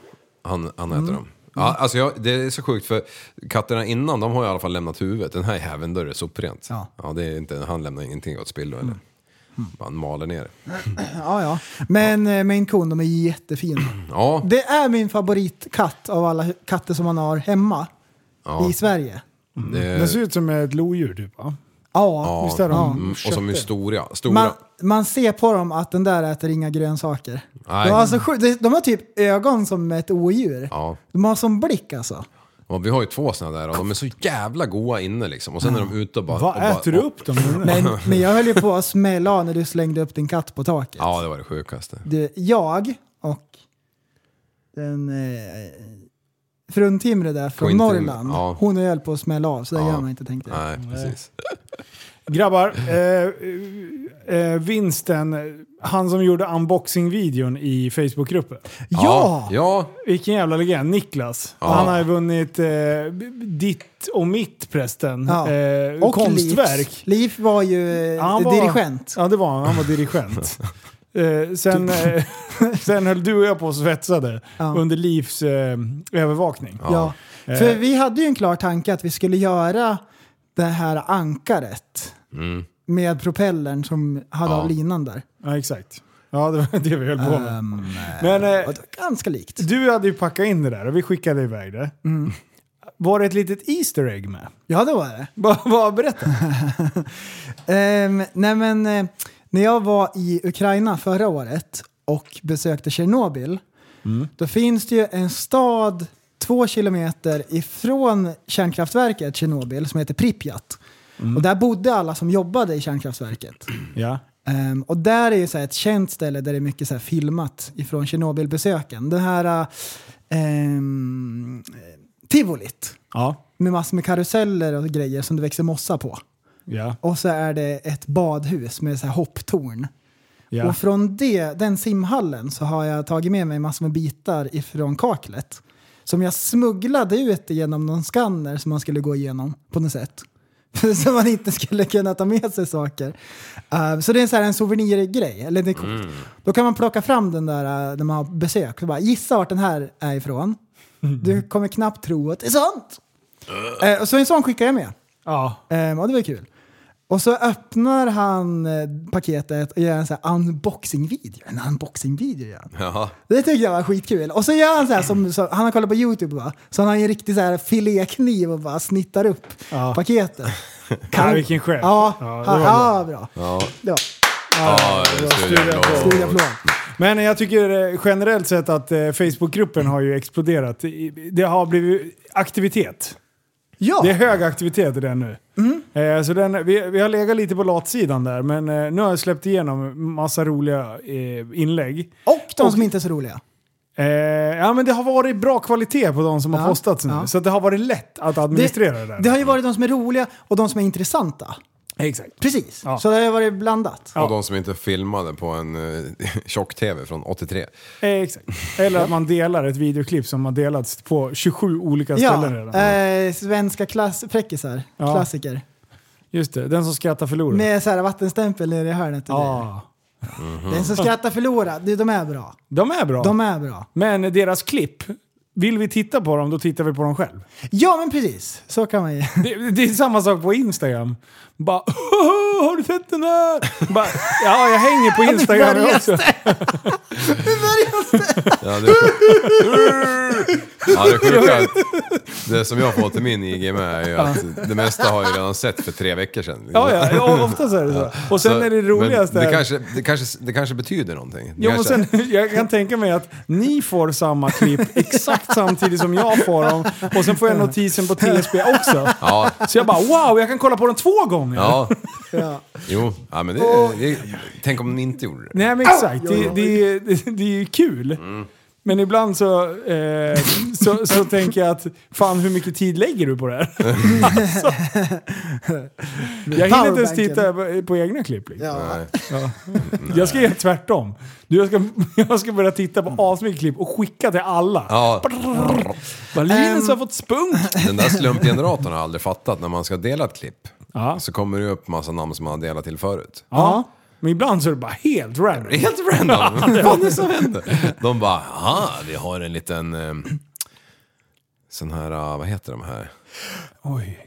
Han, han äter
Mm.
dem. Ja, alltså jag, det är så sjukt för katterna innan de har i alla fall lämnat huvudet. Den här jäveln då är det soprent.
Ja. Mm.
det är inte, han lämnar ingenting åt spillo eller. Han maler ner det.
Ja, ja. Men eh, maine coon, de är jättefina.
Ja,
Det är min favoritkatt av alla katter som man har hemma
ja.
i Sverige.
Den
Det,
ser ut som ett lodjur typ va?
Ja,
ja.
visst är de?
Mm, och som är stora. stora.
Man, man ser på dem att den där äter inga grönsaker.
Nej.
De har, alltså, sju- de- de har typ ögon som ett odjur.
Ja.
De har som blick alltså.
Och vi har ju två sådana där och de är så jävla goa inne liksom. Och sen är de ute och bara...
Vad
och bara,
äter du upp dem?
Men, men jag höll ju på att smälla av när du slängde upp din katt på taket.
Ja, det var det sjukaste.
Du, jag och den eh, fruntimre där från
Quintin,
Norrland,
ja.
hon höll på att smälla av så det
Ja.
gör man inte tänkte jag.
Nej, precis.
Grabbar, eh, eh, vinsten, han som gjorde unboxing-videon i Facebookgruppen.
Ja!
Ja,
Vilken jävla legend, Niklas.
Ja.
Han har ju vunnit eh, b- b- ditt och mitt prästen,
Ja.
eh,
Och
konstverk.
Liv. Liv var ju eh,
Han var-
dirigent.
Ja det var han, han var dirigent. Eh, sen, eh, sen höll du och jag på och svetsade
Ja.
under Livs eh, övervakning.
Ja.
Eh.
För vi hade ju en klar tanke att vi skulle göra det här ankaret med propellern som hade
Mm. Ja.
av linan där.
Ja, exakt. Ja, det var det vi höll på med.
Ehm,
Men eh,
och det var ganska likt.
du hade ju packat in det där och vi skickade iväg det.
Mm.
Var det ett litet Easter egg med?
Ja, det var det.
Vad vad- berätta.
Ehm, nej men, eh, när jag var i Ukraina förra året och besökte Tjernobyl,
Mm.
då finns det ju en stad två kilometer ifrån kärnkraftverket Tjernobyl som heter Pripyat. Och där bodde alla som jobbade i kärnkraftverket.
Mm. Ja.
Ehm, och där är ju så här ett känt ställe där det är mycket så här filmat ifrån Tjernobylbesöken. Den här eh, um, tivolit
Ja.
med massor med karuseller och grejer som det växer mossa på.
Ja.
Och så är det ett badhus med så här hopptorn.
Ja.
Och från det, den simhallen så har jag tagit med mig massor med bitar ifrån kaklet. Som jag smugglade ut genom någon skanner som man skulle gå igenom på något sätt. så man inte skulle kunna ta med sig saker. Eh, så det är så här en souvenirgrej. Eller det är coolt.
Mm.
Då kan man plocka fram den där eh, när man har besök. Så bara, gissa vart den här är ifrån. Du kommer knappt tro att det är sant.
Äh.
Eh, och så en sån skickar jag med.
Ja.
Ehm, och det var kul. Och så öppnar han eh, paketet och gör en sån här unboxing-video. En unboxing-video gör han.
Jaha.
Det tyckte jag var skitkul. Och så gör han så här som, så, han har kollat på YouTube va? Så han har en riktig så här filékniv och bara snittar upp paketet.
Ja, vilken chef.
Ja,
Ja,
ja,
det var
ja bra.
Ja.
Det var
Ja, det är så jävla
stor applåd.
Men jag tycker eh, generellt sett att eh, Facebookgruppen har ju exploderat. I- Det har blivit aktivitet.
Ja, Mm.
Det är hög aktivitet i den nu. Eh, så den, vi, vi har legat lite på latsidan där, men eh, nu har jag släppt igenom massa roliga eh, inlägg.
och de som inte är så roliga.
Eh, ja, men det har varit bra kvalitet på de som har
Ja,
postats nu,
ja.
så att det har varit lätt att administrera det, där.
det har ju varit de som är roliga och de som är intressanta.
Exakt.
Precis,
Ja.
så det har ju varit blandat.
Och de som inte filmade på en uh, tjock-tv från 83.
Eh, exakt. Eller att man delar ett videoklipp som har delats på 27 olika
Ja,
ställen redan.
eh, svenska klass, fräckisar,
Ja.
klassiker.
Just det, den som skrattar förlorar. Ah.
Med så här vattenstämpel nere i hörnet. och grejer.
Mm. Ja, Mm.
Den som skrattar förlorar, Du, de är bra.
de är bra.
De är bra.
Men deras klipp, vill vi titta på dem, då tittar vi på dem själv.
Ja men precis, så kan man ju.
Det, det är samma sak på Instagram. Bara "Hoho, har du sett den här? Bara, ja, jag hänger på Instagram
börjar
också.
Ja, det, ja, det sjuka är att det som jag får till min IGM är ju att det mesta har jag redan sett för tre veckor sedan. liksom.
Ja, ja, ja, ofta så är det så. Och sen
Så-
är det roligaste...
men Det kanske, det, kanske, det kanske betyder någonting. Det
Jo, men
kanske-
sen, jag kan tänka mig att ni får samma klipp exakt samtidigt som jag får dem. Och sen får jag notisen på TSB också.
Ja,
Så jag bara wow, jag kan kolla på dem två gånger.
ja.
Ja.
Jo, ja, men det, det, tänk om ni inte gjorde det.
Nej men exakt, det, det, det, det är ju kul.
Mm.
Men ibland så, eh, så, så tänker jag att fan hur mycket tid lägger du på det här? alltså, jag hinner inte ens titta på, på egna klipp. Liksom.
Ja.
Nej. Mm.
Jag ska göra tvärtom. Du, jag, ska, jag ska börja titta på asmycket klipp och skicka till alla.
Ja,
Bara,
Ehm."
Linus har fått spunk!
den där slumpgeneratorn har jag aldrig fattat. När man ska dela ett klipp
Ja.
så kommer det upp massa namn som man har delat till förut.
Ja. Men ibland så är det bara helt random.
Helt random! Vad fan är det som händer? De bara, aha, vi har en liten... Eh, sån här, eh, vad heter de här?
Oj.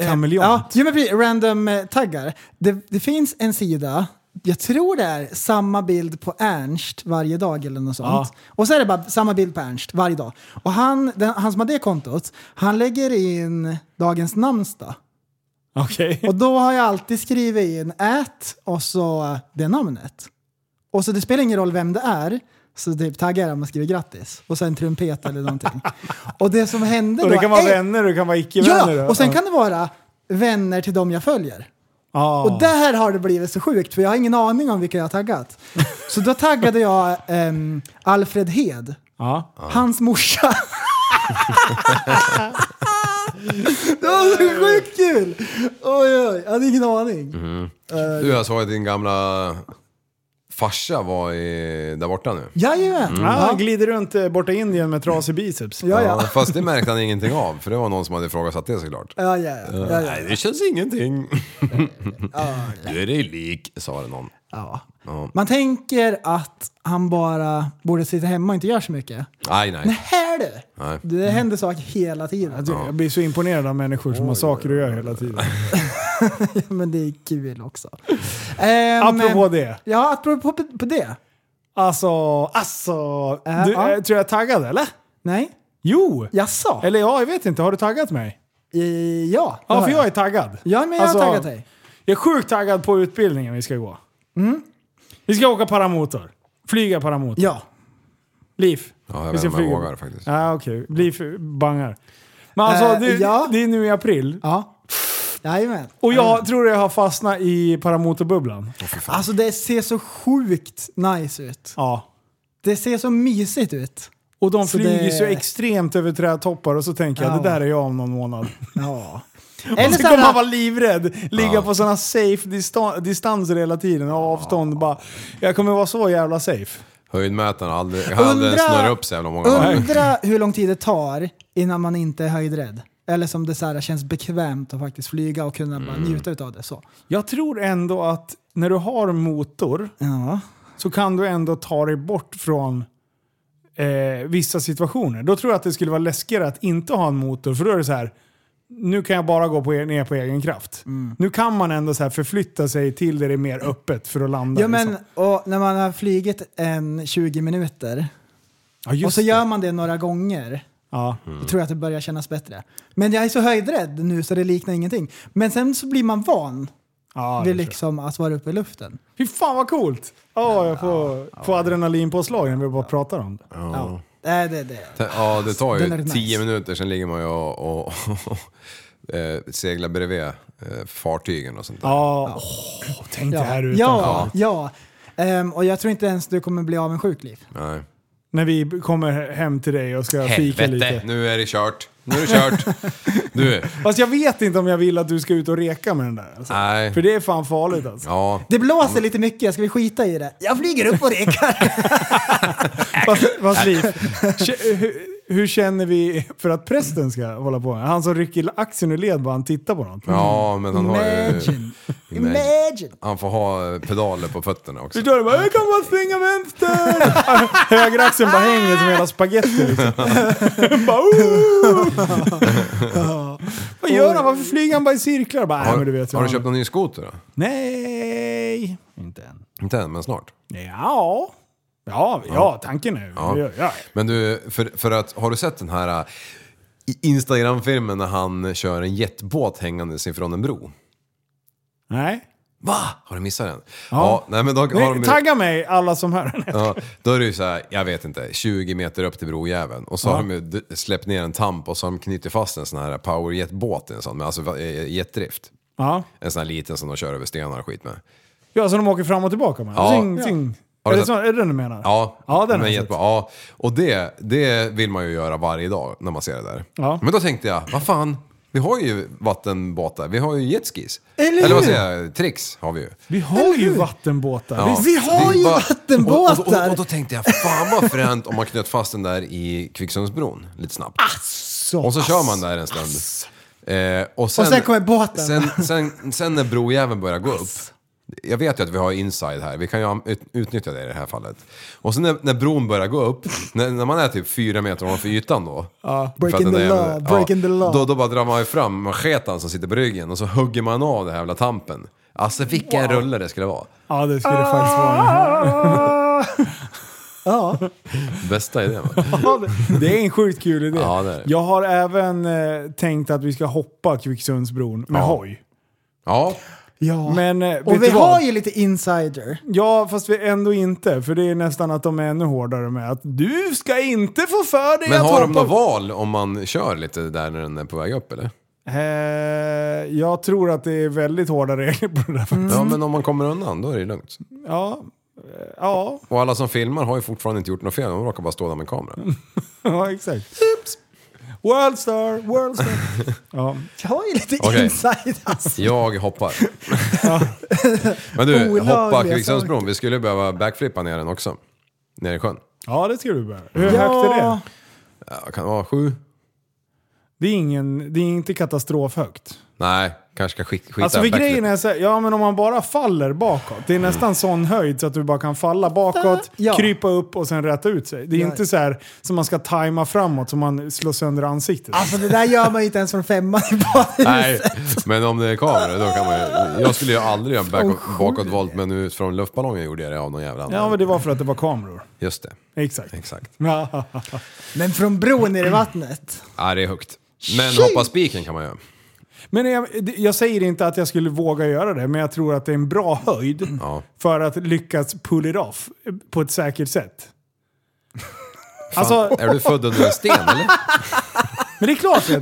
Kameleont.
eh, Ja, jo, men precis, random eh, taggar. Det, det finns en sida, jag tror det är samma bild på Ernst varje dag eller något sånt.
Ja.
Och så är det bara samma bild på Ernst varje dag. Och han, den, han som har det kontot, han lägger in dagens namnsdag.
Okej.
Och då har jag alltid skrivit in ät och så det namnet. Och så det spelar ingen roll vem det är. Så typ taggar jag dem och skriver grattis. Och sen trumpet eller någonting. Och det som hände
Och
då...
det kan vara
är-
vänner och det kan vara icke-vänner.
Ja, och sen kan det vara vänner till dem jag följer.
Ja.
Och där har det blivit så sjukt för jag har ingen aning om vilka jag har taggat. Så då taggade jag ehm, Alfred Hed,
Ja.
hans morsa. det var så sjukt kul! Oj, oj, jag hade ingen aning.
Mhm. Du, jag såg att din gamla farsa var i, där borta nu.
Jajamän!
Ah,
Ja,
glider runt eh, borta i Indien med trasig biceps.
ja, ja.
Fast det märkte han ingenting av, för det var någon som hade ifrågasatt det såklart.
ja, ja, ja, ja, ja.
Nej, det känns ingenting. Du är dig lik, sa det någon.
Man tänker att han bara borde sitta hemma och inte göra så mycket.
Nej, nej.
Här du!
Nej.
Det händer saker hela tiden.
Jag blir så imponerad av människor som har saker att göra hela tiden.
Men det är kul också. Ehm,
Apropå det.
Ja, apropå på, på det.
Alltså, alltså.
Äh,
du,
ja.
eh, tror jag är taggad eller?
Nej,
Jo!
jaså?
Eller ja, jag vet inte. Har du taggat mig?
Eh, ja, det
Ja,
har
för jag är taggad.
Ja, men jag
Alltså,
har taggat dig.
Jag är sjukt taggad på utbildningen vi ska gå. Vi ska åka paramotor. Flyga paramotor.
Mm. Ja.
Liv.
Ja, jag
Vi
vet
ska
inte om jag
flyga.
vågar faktiskt.
Ja, okej. Liv bangar. Men alltså,
Eh,
det,
ja. Mm.
det är nu i april.
Ja. Jajamän.
Och jag tror jag har fastnat i paramotorbubblan.
Alltså det ser så sjukt nice ut.
Ja.
Det ser så mysigt ut.
Och de
Så
flyger
det-
så extremt över trädtoppar och så tänker jag
Ja.
det där är jag om någon månad.
Ja.
Eller
Eller
så
så
kommer
här-
han vara livrädd. Ligga på sådana safe distan- distanser hela tiden och avstånd. Bara, jag kommer vara så jävla safe.
Höjdmätaren har aldrig, jag hade den
Undra-
snurrat upp så jävla många gånger.
Undra hur lång tid det tar innan man inte är höjdrädd. Eller som det så här känns bekvämt att faktiskt flyga och kunna
Mm.
bara njuta av det. Så.
Jag tror ändå att när du har motor så kan du ändå ta dig bort från eh, vissa situationer. Då tror jag att det skulle vara läskigare att inte ha en motor för då är det så här nu kan jag bara gå på, e- ner på egen kraft. Nu kan man ändå så här förflytta sig till där det är mer öppet för att landa.
Ja, men,
liksom.
och när man har flugit en 20 minuter
ja, just
och så
det. Mm.
gör man det några gånger
ja.
då tror jag att det börjar kännas bättre. Men jag är så höjdrädd nu så det liknar ingenting. Men sen så blir man van
Ja, det
vid
tror jag.
liksom att vara uppe i luften.
Fy fan vad coolt! Ja, jag får, får adrenalinpåslag när vi bara pratar om det.
Ja.
Nej, det, det.
Te- Ja, det tar
Den är
ju
nice.
tio minuter, sen ligger man ju och, och, eh, seglar bredvid eh, fartygen och sånt där.
Ja, åh, tänk det här utanför.
Ja, ja. Ehm, och jag tror inte ens du kommer bli av en sjuk liv.
Nej.
När vi kommer hem till dig och ska fika
Helvete,
lite.
nu är det kört. Nu är det kört. Du,
Fast jag vet inte om jag vill att du ska ut och reka med den där. Alltså.
nej.
För det är fan farligt alltså.
Ja,
Det blåser lite mycket, ska vi skita i det? Jag flyger upp och rekar.
Fast, fast Liv, k- hur, hur känner vi för att prästen ska hålla på? Han som rycker axeln ur led bara han tittar på något.
ja men han har
eh,
ju...
Imagine.
Imagine.
Imagine!
Han får ha eh, pedaler på fötterna också.
Du står där bara “Jag kan bara svänga vänster”. Höger axeln bara hänger som hela spagetti liksom. bara, "Ooh." Vad gör han? Varför flyger han bara i cirklar? Bara, "Nej,
Har,
men du vet ju
har du
han-
köpt någon ny skoter då?
Nej, inte än.
Inte än, men snart.
Ja, ja, ja tanken är ju... Ja. Ja.
Men du, för, för att, har du sett den här eh, i- Instagram-filmen när han kör en jetbåt hängandes ifrån en bro?
Nej.
Va? Har du missat den? Ja.
Ja.
nej, men då, har
Nej,
de-
tagga mig alla som hör den.
Ja, då är det ju så här, jag vet inte, 20 meter upp till brojäveln. Och så har de ju d- släppt ner en tamp och så har de knutit fast en sån här powerjetbåt i en sån, men alltså va- eh, jetdrift.
Ja.
En sån här liten som de kör över stenar och skit med.
ja, så de åker fram och tillbaka med.
Ja.
Zing, zing.
Har
Är,
du
det
sett-
så, är det den du menar?
Ja,
ja den har
men
jag sett.
jetbåt, ja. Och det, det vill man ju göra varje dag när man ser det där.
Ja.
Men då tänkte jag, vad fan, vi har ju vattenbåtar, vi har ju jetskis.
Eller
Eller vad
hur?
säger jag, tricks har vi ju.
Vi har ju vattenbåtar.
Ja.
Vi,
Vi har
Det är
ju
bara-
vattenbåtar!
Och, och, och, och då tänkte jag, fan vad fränt om man knöt fast den där i Kvicksundsbron lite snabbt. och så kör man där en stund. Eh, och, sen,
sen kommer båten.
Sen, sen, sen när brojäveln börjar gå upp. Jag vet ju att vi har inside här, vi kan ju an- ut- utnyttja det i det här fallet. Och sen när, när bron börjar gå upp, när, när man är typ fyra meter ovanför ytan då. för att
breaking
den
the
där jäveln-
law, breaking the law.
Då, då bara drar man ju fram machetan som sitter på ryggen och så hugger man av den här jävla tampen. Alltså vilken rulle det skulle vara.
ja, det skulle faktiskt vara.
Bästa idén va?
Ja, det- det är en sjukt kul idé.
Ja, det är det.
Jag har även eh, tänkt att vi ska hoppa Kvicksundsbron med
Ja.
hoj.
Ja,
Ja.
Men eh, vet
och vi
du vad?
har ju lite insider.
Ja, fast vi ändå inte. För det är nästan att de är ännu hårdare med att du ska inte få för dig
men
att
har de
hoppa-
något val om man kör lite där när den är på väg upp eller?
Eh, jag tror att det är väldigt hårda regler på det där. faktiskt.
Ja, men om man kommer undan då är det lugnt.
Ja. Eh, Ja,
Och alla som filmar har ju fortfarande inte gjort något fel, de råkar bara stå där med kameran.
ja exakt. Worldstar, worldstar. ja.
Vi har ju lite
Okej.
insider. Alltså.
Jag hoppar. Men du,
Olagliga
hoppa Kvicksundsbron. Vi skulle behöva backflippa ner den också. Ner i sjön.
ja, det ska du börja. Hur högt är det?
Ja,
Ja, kan det vara sju?
Det är, ingen, det är inte katastrofhögt.
Nej, kanske ska skit, skita
Alltså
i
för
backflip.
grejen är så här, ja men om man bara faller bakåt. Det är nästan sån höjd så att du bara kan falla bakåt,
Ja.
krypa upp och sen räta ut sig. Det är inte så här som man ska tajma framåt så man slår sönder ansiktet.
alltså det där gör man ju inte ens från femman i badhuset.
Nej, men om det är kameror då kan man ju... Jag skulle ju aldrig göra en back, bakåtvolt, men nu från luftballongen gjorde jag det av någon jävla
Ja
anledning.
men det var för att det var kameror.
Just det,
Exakt.
exakt.
Men från bron ner i vattnet.
Ja, det är högt. Men hoppa spiken kan man göra.
Men jag, jag säger inte att jag skulle våga göra det, men jag tror att det är en bra höjd
Ja.
för att lyckas pull it off på ett säkert sätt. Alltså,
Är du född under en sten eller?
men det är klart att det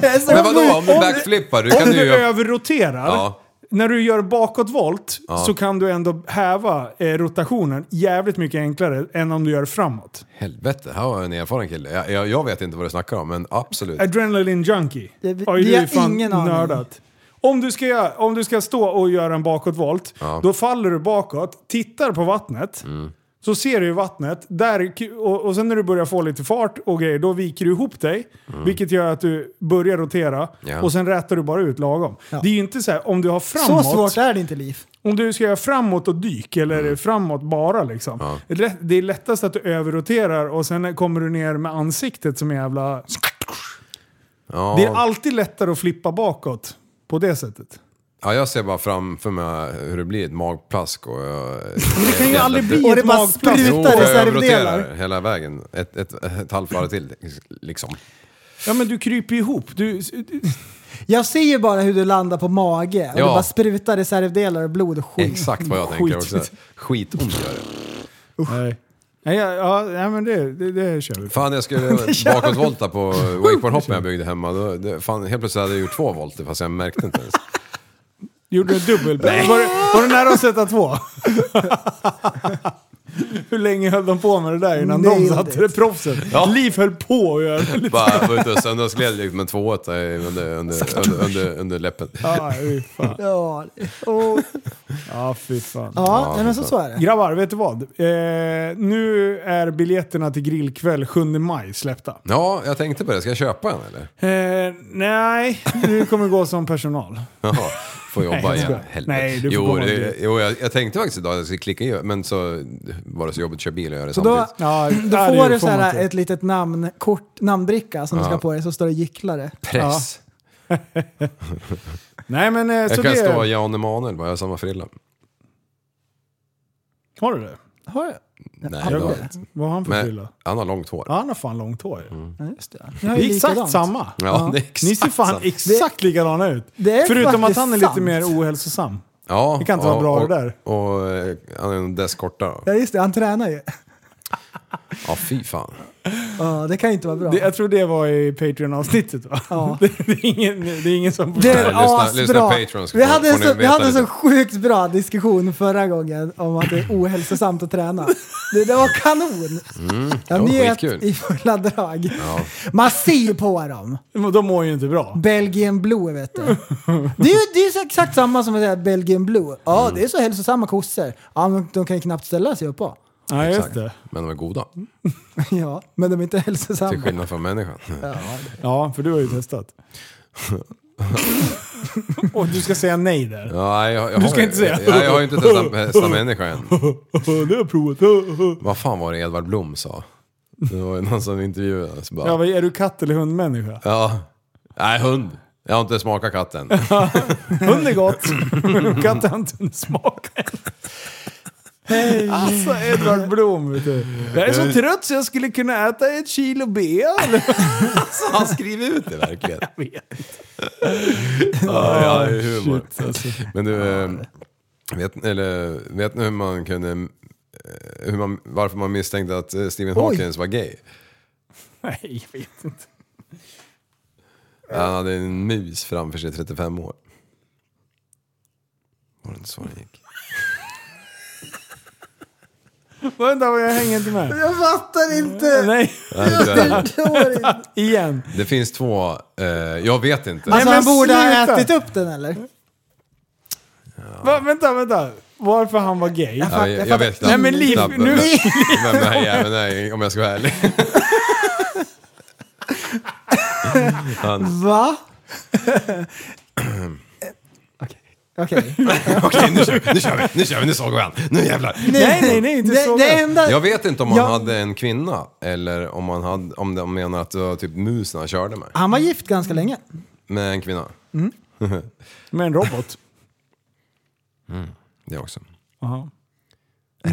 Det är så
Men vadå, om du
om du-
backflippar, du
Om
kan
du
ju...
överroterar
Ja.
när du gör bakåtvolt så kan du ändå häva eh, rotationen jävligt mycket enklare än om du gör framåt.
Helvete, här var en erfaren kille. Jag, jag, jag vet inte vad du snackar om, men absolut.
Adrenaline junkie.
Det- vi-
Oj,
vi
du är
har
fan
ingen aning.
nördat. Om du, ska, göra- om du ska stå och göra en bakåtvolt,
Ja. Mm.
då faller du bakåt, tittar på vattnet, så ser du ju vattnet, där, och, och sen när du börjar få lite fart och grejer, då viker du ihop dig, vilket gör att du börjar rotera,
Mm. Ja.
och sen rätar du bara ut lagom. Det är ju inte så här, om du har
Så
framåt,
svårt är det inte, Liv.
om du ska göra framåt och dyk, eller framåt bara liksom. Lätt- Det är lättast att du överroterar och sen kommer du ner med ansiktet som en jävla...
Ja.
Det är alltid lättare att flippa bakåt på det sättet.
Ja, jag ser bara framför mig hur det blir ett magplask och eh, jag...
Men det kan ju aldrig bli
Och det
ett
bara
magplask.
sprutar.
Jo,
Utan
för jag
reservdelar.
roterar hela vägen. Ett, ett, ett halvt varv till, liksom.
Ja men du kryper ju ihop. Du,
Jag ser ju bara hur du landar på mage och
Ja.
det bara sprutar reservdelar och blod och skit.
Exakt vad jag tänker också. Skitont gör det.
nej. Nej, ja, ja, nej, men det, det, det kör vi.
Fan, jag skulle bakåtvolta på wakeboardhoppen jag byggde hemma. Då, det, fan, helt plötsligt hade jag gjort två volter fast jag märkte inte ens.
Gjorde du en dubbel? Var, det- var det nära att sätta två? Hur länge höll de på med det där innan de
Nailed
satte det? Proffsen. Liv höll på att göra det lite.
Bara var ute och söndagsgled liksom en tvååtta i- under, under, under, under, under läppen.
Ja, fy fan.
Ja, och,
Ja, fy fan.
ja nej, men så, så är det.
Grabbar, vet du vad? Eh, nu är biljetterna till grillkväll 7 maj släppta.
Ja, jag tänkte på det. Ska jag köpa en eller?
Eh, nej, du kommer gå som personal.
Jaha, får jobba
Nej, jag
igen.
skojar.
Helvete.
Nej, du får
jo,
komma
det,
dit.
jo jag, jag tänkte faktiskt idag att jag skulle klicka i, men så var det så jobbigt att köra bil och göra det
Så då,
samtidigt.
då
Ja, där är
får
det
du så här
formatet.
ett litet namnkort, namnbricka som du ska ha på dig, så står det gycklare.
Press.
Nej, men eh, så
jag kan
det...
stå Jan Emanuel, bara jag har samma frilla.
Har du det?
Har jag?
Nej,
har
det
du
har
det?
jag inte.
Vad har han för
men
frilla?
han har långt hår.
Ja, han har fan långt hår ju.
Ja, just det.
Det är exakt samma.
Ja, det är Mm. exakt
Ni ser fan
sant.
exakt likadana ut.
Det är
Förutom att
faktiskt
han är lite
sant.
mer ohälsosam.
Ja,
Det kan inte vara
och-
bra
och,
det där.
Och eh, han är en deskorta då.
Ja, just det. Han tränar ju.
Ja, fy fan.
Ja, det kan ju inte vara bra.
Det, jag tror det var i Patreon-avsnittet va?
Ja.
Det, det, är ingen, det är ingen som...
Det
Nej,
är
lyssna- lyssna
asbra.
Patreon så
Vi
får-
hade,
får ni
så, vi
veta
hade en så
lite.
sjukt bra diskussion förra gången om att det är ohälsosamt att träna. Det, det var kanon! jag
Mm, det var
njöt
skitkul.
i fulla drag. Man ser ju på dem.
De mår ju inte bra.
Belgian Blue vet du. Det är ju det är så exakt samma som att säga Belgian Blue. Ja,
Mm.
det är så hälsosamma kossor. Ja, men de kan ju knappt ställa sig upp på.
Nej, just
Exakt.
det.
Men de är goda.
Ja, men de är inte
Till
hälsosamma.
skillnad från människan.
Ja, för du har ju testat. Och du ska säga nej där.
Ja, nej, jag, jag
Du ska
har,
inte säga.
Jag, jag har ju inte testat bästa människa än.
Det har jag provat.
Vad fan var det Edvard Blom sa? Det var ju någon som intervjuade oss bara.
Ja, vad är du katt eller hundmänniska?
Ja. Nej, hund. Jag har inte smakat katten.
Hund är gott. Katt har inte en smak. Alltså Edvard Blom vet du. Jag är så trött så jag skulle kunna äta ett kilo B.
Han skriver ut det verkligen. Ja, jag
Ah,
har ju humor.
alltså.
Men du, eh, vet, eller, vet ni hur man kunde... eh, Hur man, varför man misstänkte att eh, Stephen Hawkins var gay?
Nej, jag vet inte.
Han hade en mus framför sig i 35 år. Var det inte så det gick?
Vänta, jag hänger inte med.
Jag fattar inte!
Nej,
Nej, det,
igen.
det finns två... Eh, jag vet inte.
Alltså
men
han borde ha
sluta.
ätit upp den eller?
Va, vänta, vänta. Varför han var gay?
Ja, jag, jag vet knappt.
Nej, men Liv,
knappt
nu-
vem- Vem den här jäveln är, om jag ska vara ärlig.
Va? Okej.
Okej, nu kör vi, nu kör vi, nu kör vi, nu såg vi han. Nu jävlar.
Nej, nej, nej, inte
det,
så
det
väl.
enda...
Jag vet inte om han
Ja.
hade en kvinna eller om, han hade, om de menar att det var typ musen han körde med.
Han var gift ganska länge.
Med en kvinna.
Med en robot.
Det också.
Jaha.
Mm.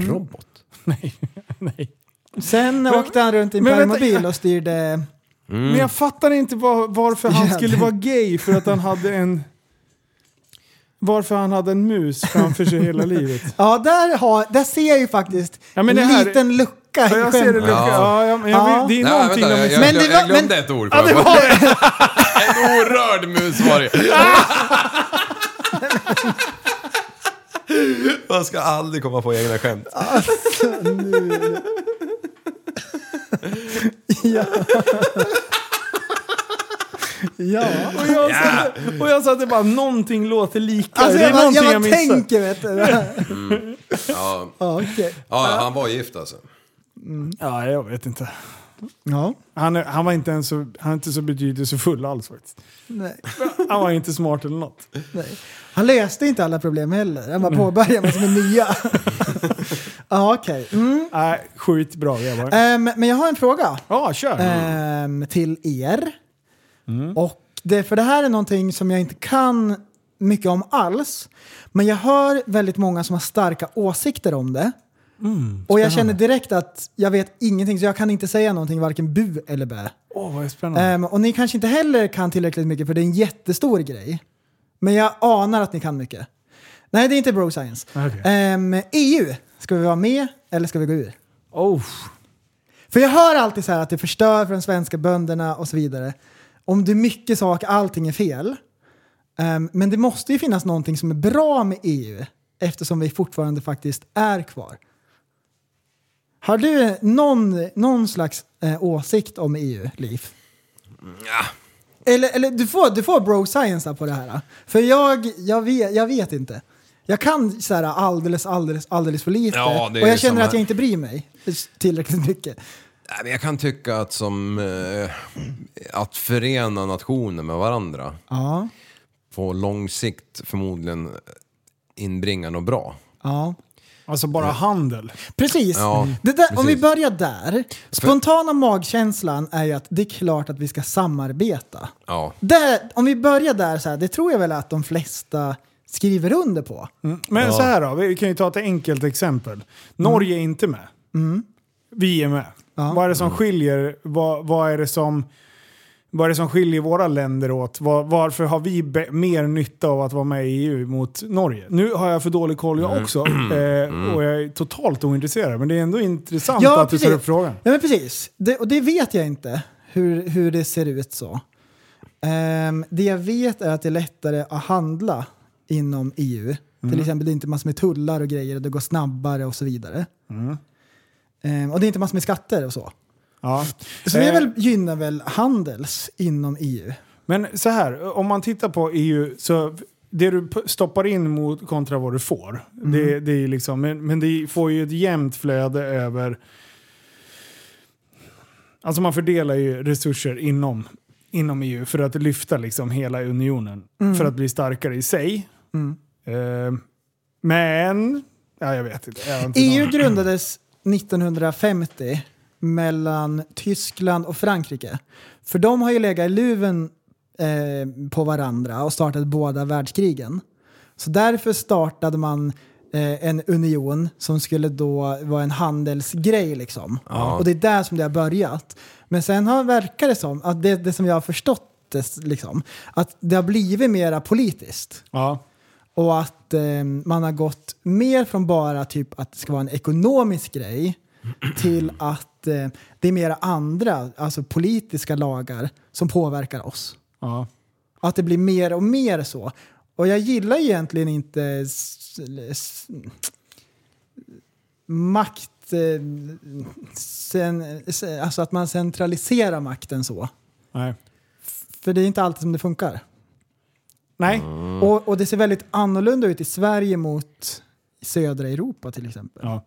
En robot?
Nej, nej.
Sen åkte han runt i en
men vänta,
permobil
jag-
och styrde...
Men jag fattar inte var, varför han
Jävlar.
skulle vara gay för att han hade en... Varför han hade en mus framför sig hela livet.
Ja, där, har, där ser jag ju faktiskt
Ja,
ja,
men det här-
en liten lucka i
Ja, jag ser det
skämtet.
lucka. Ja. Ja, men jag,
Ja.
Det är
Nej,
någonting
vänta,
de
jag,
inte...
jag,
Men det
jag,
var-
jag glömde
men-
ett ord. Ja, en orörd mus var det. Man ska aldrig komma på egna skämt.
Alltså, nu... ja. ja.
Och jag, satt, och jag satt och bara, någonting låter lika.
Alltså,
det är
jag bara,
någonting
jag
jag,
bara
missar.
tänker vet du.
Ja.
Ja, okej.
ja, han var gift alltså.
Ja, jag vet inte.
Ja,
Han, är- han var inte ens så, han är inte så betydelsefull alls faktiskt.
nej,
Han var inte smart eller något.
nej. Han löste inte alla problem heller. Han bara påbörjade med som är nya. ja, okej. Mm.
Nej, skitbra grabbar.
Ehm, men jag har en fråga.
Ja, kör.
ehm, till er. Och det, för det här är någonting som jag inte kan mycket om alls. Men jag hör väldigt många som har starka åsikter om det. och jag känner direkt att jag vet ingenting så jag kan inte säga någonting varken bu eller bä.
Åh, vad spännande.
Ehm, och ni kanske inte heller kan tillräckligt mycket för det är en jättestor grej. Men jag anar att ni kan mycket. Nej, det är inte bro science.
Okej.
Ehm, EU, ska vi vara med eller ska vi gå ur?
Oh.
För jag hör alltid så här att det förstör för de svenska bönderna och så vidare. Om det är mycket saker, allting är fel. Ehm, men det måste ju finnas någonting som är bra med EU eftersom vi fortfarande faktiskt är kvar. Har du någon, någon slags eh, åsikt om EU, Liv? Eller, eller du får, du får bro science här på det här. då. För jag, jag, vet, jag vet inte. Jag kan så här alldeles, alldeles, alldeles för lite.
Ja, det är
och jag
ju
känner
samma-
att jag inte bryr mig tillräckligt mycket.
Nej, men jag kan tycka att som... Eh, att förena nationer med varandra
Ja,
på lång sikt förmodligen inbringar något bra.
ja.
Alltså bara
Eh.
handel.
Precis. Mm.
Ja,
det där, Om vi
precis.
börjar där. Spontana magkänslan är ju att det är klart att vi ska samarbeta.
Ja.
Där, om vi börjar där, så här, det tror jag väl att de flesta skriver under på.
Men så här då, vi kan ju ta ett enkelt exempel. Norge är inte med. Vi är med.
Mm. Ja.
Vad är det som skiljer? Vad, vad är det som... Vad är det som skiljer våra länder åt? Var, varför har vi be, mer nytta av att vara med i EU mot Norge? Nu har jag för dålig koll jag också eh, och jag är totalt ointresserad. Men det är ändå intressant att du tar upp frågan.
Ja, men precis. Det, och det vet jag inte, hur, hur det ser ut så. Ehm, det jag vet är att det är lättare att handla inom EU.
Mm.
Till exempel, det är inte massor med tullar och grejer och det går snabbare och så vidare.
Mm.
Ehm, och det är inte massor med skatter och så.
Ja.
Så det är
Eh,
väl, gynnar väl handels inom E EU?
Men så här, om man tittar på EU, så det du p- stoppar in mot kontra vad du får. Det, det är ju liksom, men, men det får ju ett jämnt flöde över... Alltså man fördelar ju resurser inom, inom EU för att lyfta liksom hela unionen. För att bli starkare i sig. Eh, men... Ja, jag vet inte. Jag har inte någon-
EU E grundades 1950 mellan Tyskland och Frankrike. För de har ju legat i luven eh, på varandra och startat båda världskrigen. Så därför startade man eh, en union som skulle då vara en handelsgrej liksom. Och det är där som det har börjat. Men sen har verkar det som, att det, det som jag har förstått det, liksom, att det har blivit mera politiskt.
Ja.
Och att eh, man har gått mer från bara typ att det ska vara en ekonomisk grej till att eh, det är mera andra, alltså politiska lagar som påverkar oss.
ja.
Att det blir mer och mer så. Och jag gillar egentligen inte s- s- makt, eh, sen, se- alltså att man centraliserar makten så.
Nej.
För det är inte alltid som det funkar.
Nej.
Mm.
Och, och det ser väldigt annorlunda ut i Sverige mot södra Europa till exempel.
Ja.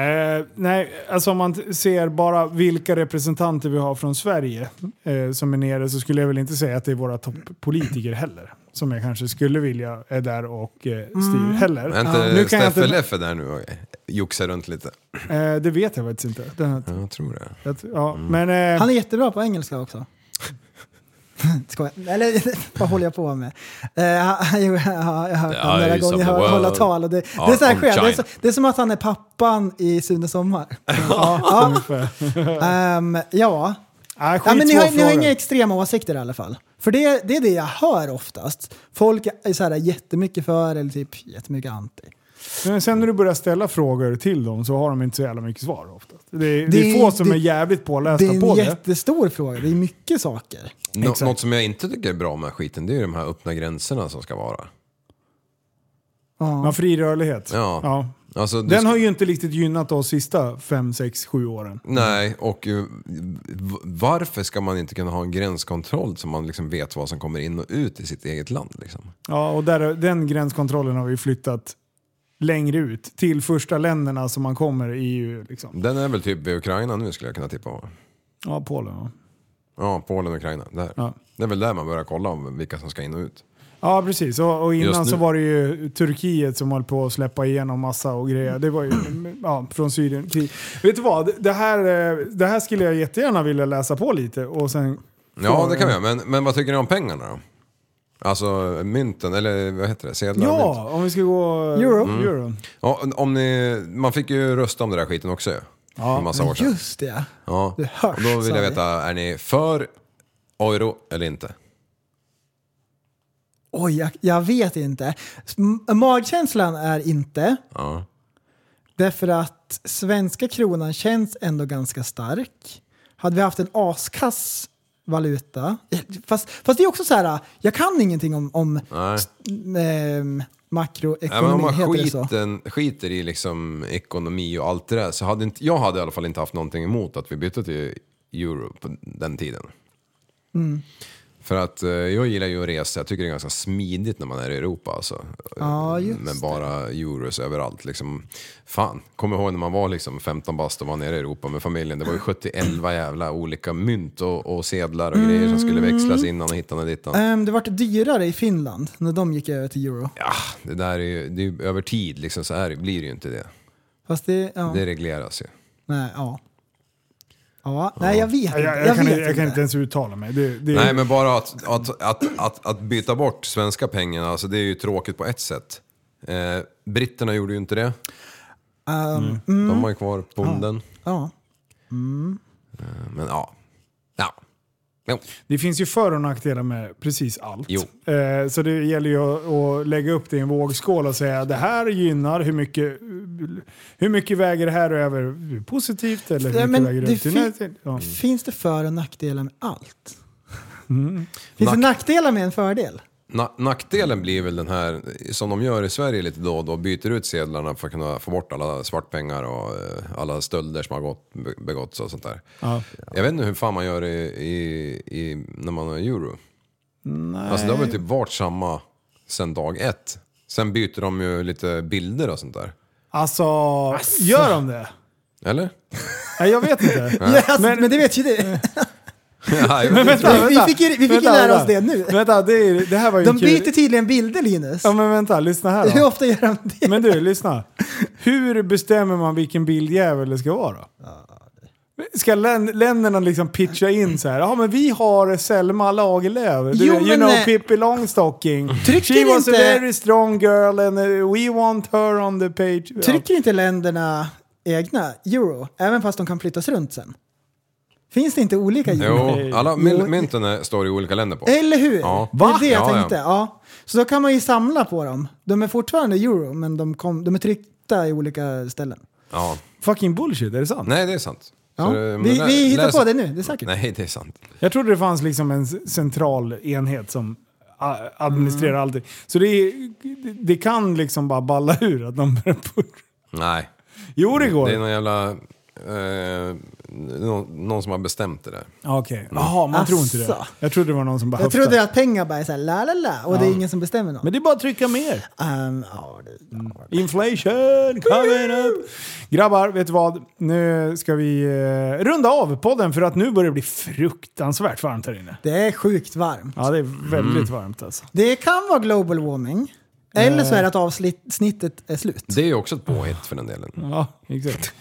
Eh, nej, alltså om man t- ser bara vilka representanter vi har från Sverige eh, som är nere så skulle jag väl inte säga att det är våra toppolitiker heller. Som jag kanske skulle vilja är där och eh, styr
Mm.
heller.
Är inte
Nu kan jag
Steffe
inte,
Leffe där nu och joxar runt lite?
eh, det vet jag faktiskt inte. Den här,
Jag tror det.
jag t- ja, men, eh,
Mm. Han är jättebra på engelska också. Skojar. Eller vad håller jag på med? Eh, han- jo, jag har jag har hört
The
honom några
eyes
gånger
of the
hå- hålla
world
tal. Och det, det
are
är så här
on
skönt. Det, är
China.
så- det är som att han är pappan i Sune Sommar. ja,
ungefär.
ja. Ehm, ja.
Nej,
Ja, men ni, har,
skitsvår
ni har inga
fråga.
extrema åsikter i alla fall. För det, det är det jag hör oftast. Folk är så här jättemycket för eller typ jättemycket anti.
Men sen när du börjar ställa frågor till dem så har de inte så jävla mycket svar oftast. Det är, det,
är-
är få som
det-
är jävligt
Det
pålästa
är
på
en
det.
jättestor fråga. Det är mycket saker.
Nå-
Exakt.
något som jag inte tycker är bra med skiten det är ju de här öppna gränserna som ska vara.
Ja, fri rörlighet.
Ja.
Ja.
Alltså, du
Den
ska-
har ju inte riktigt gynnat oss sista fem, sex, sju åren.
Nej, och eh, v- varför ska man inte kunna ha en gränskontroll så man liksom vet vad som kommer in och ut i sitt eget land? Liksom?
Ja, och där, den gränskontrollen har vi flyttat längre ut till första länderna som man kommer i EU. Liksom.
Den är väl typ vid Ukraina nu skulle jag kunna tippa på.
Ja, Polen. Ja.
Ja, Polen och Ukraina. Där.
Ja.
Det är väl där man börjar kolla om vilka som ska in och ut.
Ja, precis. Och, och
Just
innan
nu.
så var det ju Turkiet som höll på att släppa igenom massa och grejer. Det var ju ja, från Syrien. Krig. Vet du vad? Det här, eh, det här skulle jag jättegärna vilja läsa på lite och sen...
Ja, det kan vi göra. Men, men vad tycker ni om pengarna då? Alltså mynten, eller vad heter det? Sedlar och mynt.
Ja, om vi ska gå...
Euro.
Mm. Euron.
Ja, om ni, man fick ju rösta om det där skiten också ju. Ja, massa år sedan.
Just det.
Ja.
Det hörs,
Och då vill
sa
jag
vi.
veta, är ni för euro eller inte?
Oj, jag, jag vet inte. M- Magkänslan är inte.
Ja.
Därför att svenska kronan känns ändå ganska stark. Hade vi haft en askass valuta. eh, Fast, fast det är också så här, jag kan ingenting om, om
Nej.
ehm,
Nej, men om
makroekonomi,
man
heter det så?
skiten, skiter i liksom ekonomi och allt det där så hade inte, jag hade i alla fall inte haft någonting emot att vi bytte till euro på den tiden.
Mm.
För att eh, jag gillar ju att resa, jag tycker det är ganska smidigt när man är i Europa alltså.
Ja, just
Med bara euros överallt liksom. Fan, kommer ihåg när man var liksom 15 bast och var nere i Europa med familjen. Det var ju 71 jävla olika mynt och, och sedlar och grejer som skulle växlas
Mm.
innan och hittan och dittan.
Ehm, det vart dyrare i Finland när de gick över till euro.
Ja, det där är ju, det är ju över tid liksom så här blir det ju inte det.
Fast det, ja.
Det regleras ju.
Nej, ja. Ja, nej jag vet inte.
Jag, jag,
Jag
kan,
vet
inte- jag kan inte ens uttala mig. Det, det,
Nej, men bara att, att, att, att, att byta bort svenska pengarna, alltså det är ju tråkigt på ett sätt. Eh, britterna gjorde ju inte det. Mm. De har ju kvar punden.
Um, mm. Ja.
Men ja. ja. Jo.
det finns ju för och nackdelar med precis allt.
Jo.
Eh, så det gäller ju att, att lägga upp det i en vågskål och säga det här gynnar, hur mycket, hur mycket väger det här över positivt eller hur
Ja,
mycket
men
väger det
det
upp till
fin-
negativt? ja.
Finns det för och nackdelar med allt?
Mm.
Finns det nackdelar med en fördel?
Na nackdelen blir väl den här, som de gör i Sverige lite då och då, byter ut sedlarna för att kunna få bort alla svartpengar och eh, alla stölder som har gått, be- begåtts och sånt där. Jag vet inte hur fan man gör i, i, i, när man har euro. Alltså det har väl typ varit samma sen dag ett. Sen byter de ju lite bilder och sånt där.
Alltså, gör de det?
Eller?
Nej, jag vet inte.
Yes, men, det vet ju du.
Ja, jag vet inte.
Vi- vi fick ju- vi fick ju
Vänta,
lära
vänta.
oss det nu.
Vänta, det, är- det här var ju
De
kul-
byter tydligen bilder Linus.
Ja men vänta, lyssna här
Hur
då.
ofta gör de det?
Men du, lyssna. Hur bestämmer man vilken bildjävel det ska vara då? Ska län- länderna liksom pitcha in så här? Ja men vi har Selma Lagerlöf. Du,
Jo,
vet, you
men,
know
eh,
Pippi Longstocking.
trycker
She was a
inte-
very strong girl and eh, we want her on the page. Ja.
Trycker inte länderna egna euro, även fast de kan flyttas runt sen? Finns det inte olika euro?
Mm. Jo, alla
Jo.
myl- mynten är- står i olika länder på.
Eller hur?
Ja.
Det är det jag
Ja, ja.
tänkte. Ja. Så då kan man ju samla på dem. De är fortfarande euro, men de, kom, de är tryckta i olika ställen.
Ja.
Fucking bullshit, är det sant?
Nej, det är sant. Så
Ja.
det- men
Vi-
lä-
vi hittar
läs-
på det nu, det är säkert.
Nej, det är sant.
Jag trodde det fanns liksom en s- central enhet som a- administrerar allting. Så det, är- det kan liksom bara balla ur att de börjar puttra.
Nej.
Jo det går.
Det är någon jävla... Eh, någon, någon som har bestämt det där.
Ja, Okej, jaha man tror inte det.
Asså.
Jag trodde det var någon som bara
Jag
höftade.
trodde att pengar bara är såhär la la la och det är ingen som bestämmer något.
Men Mm. det är bara att trycka mer.
Ehm, ja, det,
Inflation coming up. Grabbar, vet du vad? Nu ska vi eh, runda av podden för att nu börjar det bli fruktansvärt varmt här inne.
det är sjukt varmt.
Ja, det är väldigt varmt alltså.
Det kan vara global warming. Eller
Eh.
så är det att avsnittet är slut.
Det är ju också ett påhitt för den delen.
Ja, exakt.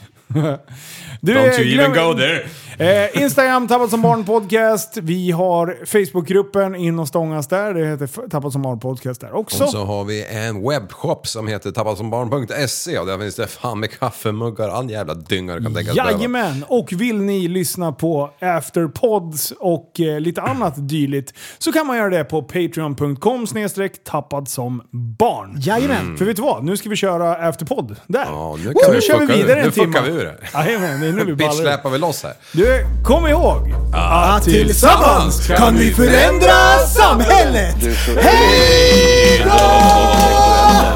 Du, eh, glöm- Eh, Instagram, Tappat som barn podcast. Vi har Facebookgruppen, in och stångas där. Det heter F- Tappat som barn podcast där också.
Och så har vi en webbshop som heter tappadsombarn.se och där finns det fan med kaffemuggar, all jävla dynga du kan tänka dig.
Jajamän! Och vill ni lyssna på afterpods och eh, lite annat dylikt så kan man göra det på patreon.com snedstreck tappad som barn. Mm.
Jajamän.
För vet du vad? Nu ska vi köra afterpod. Där!
Ja, nu
så
kan
nu
vi
kör vi
fucka ur.
vidare en
Nu
timme.
fuckar vi ur det.
Jajamän, det är nu vi
Bitch
ballar ur.
släpar vi loss här.
Du, kom ihåg! Att
tillsammans kan vi förändra
samhället!
Du är så... Hej då!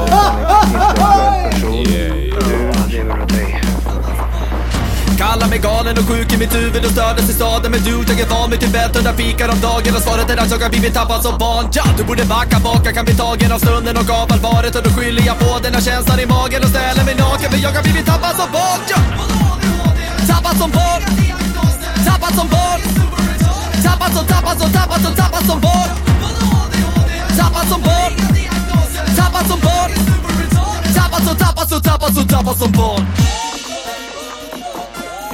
mitt huvud och stördes i staden Men du, jag är van vid Tibet under fikar om dagen Och svaret är att jag har blivit tappad som barn ja, Du borde backa bak, jag kan bli tagen av stunden och av allvaret Och då skyller jag på den här känslan i magen och ställer mig naken För jag har blivit tappad som barn ja. Tappad som barn Tappad som barn Tappad som, tappad som, tappad som, tappad som barn Tappad som barn Tappad som barn Tappad som, tappad som, tappad som, tappad som barn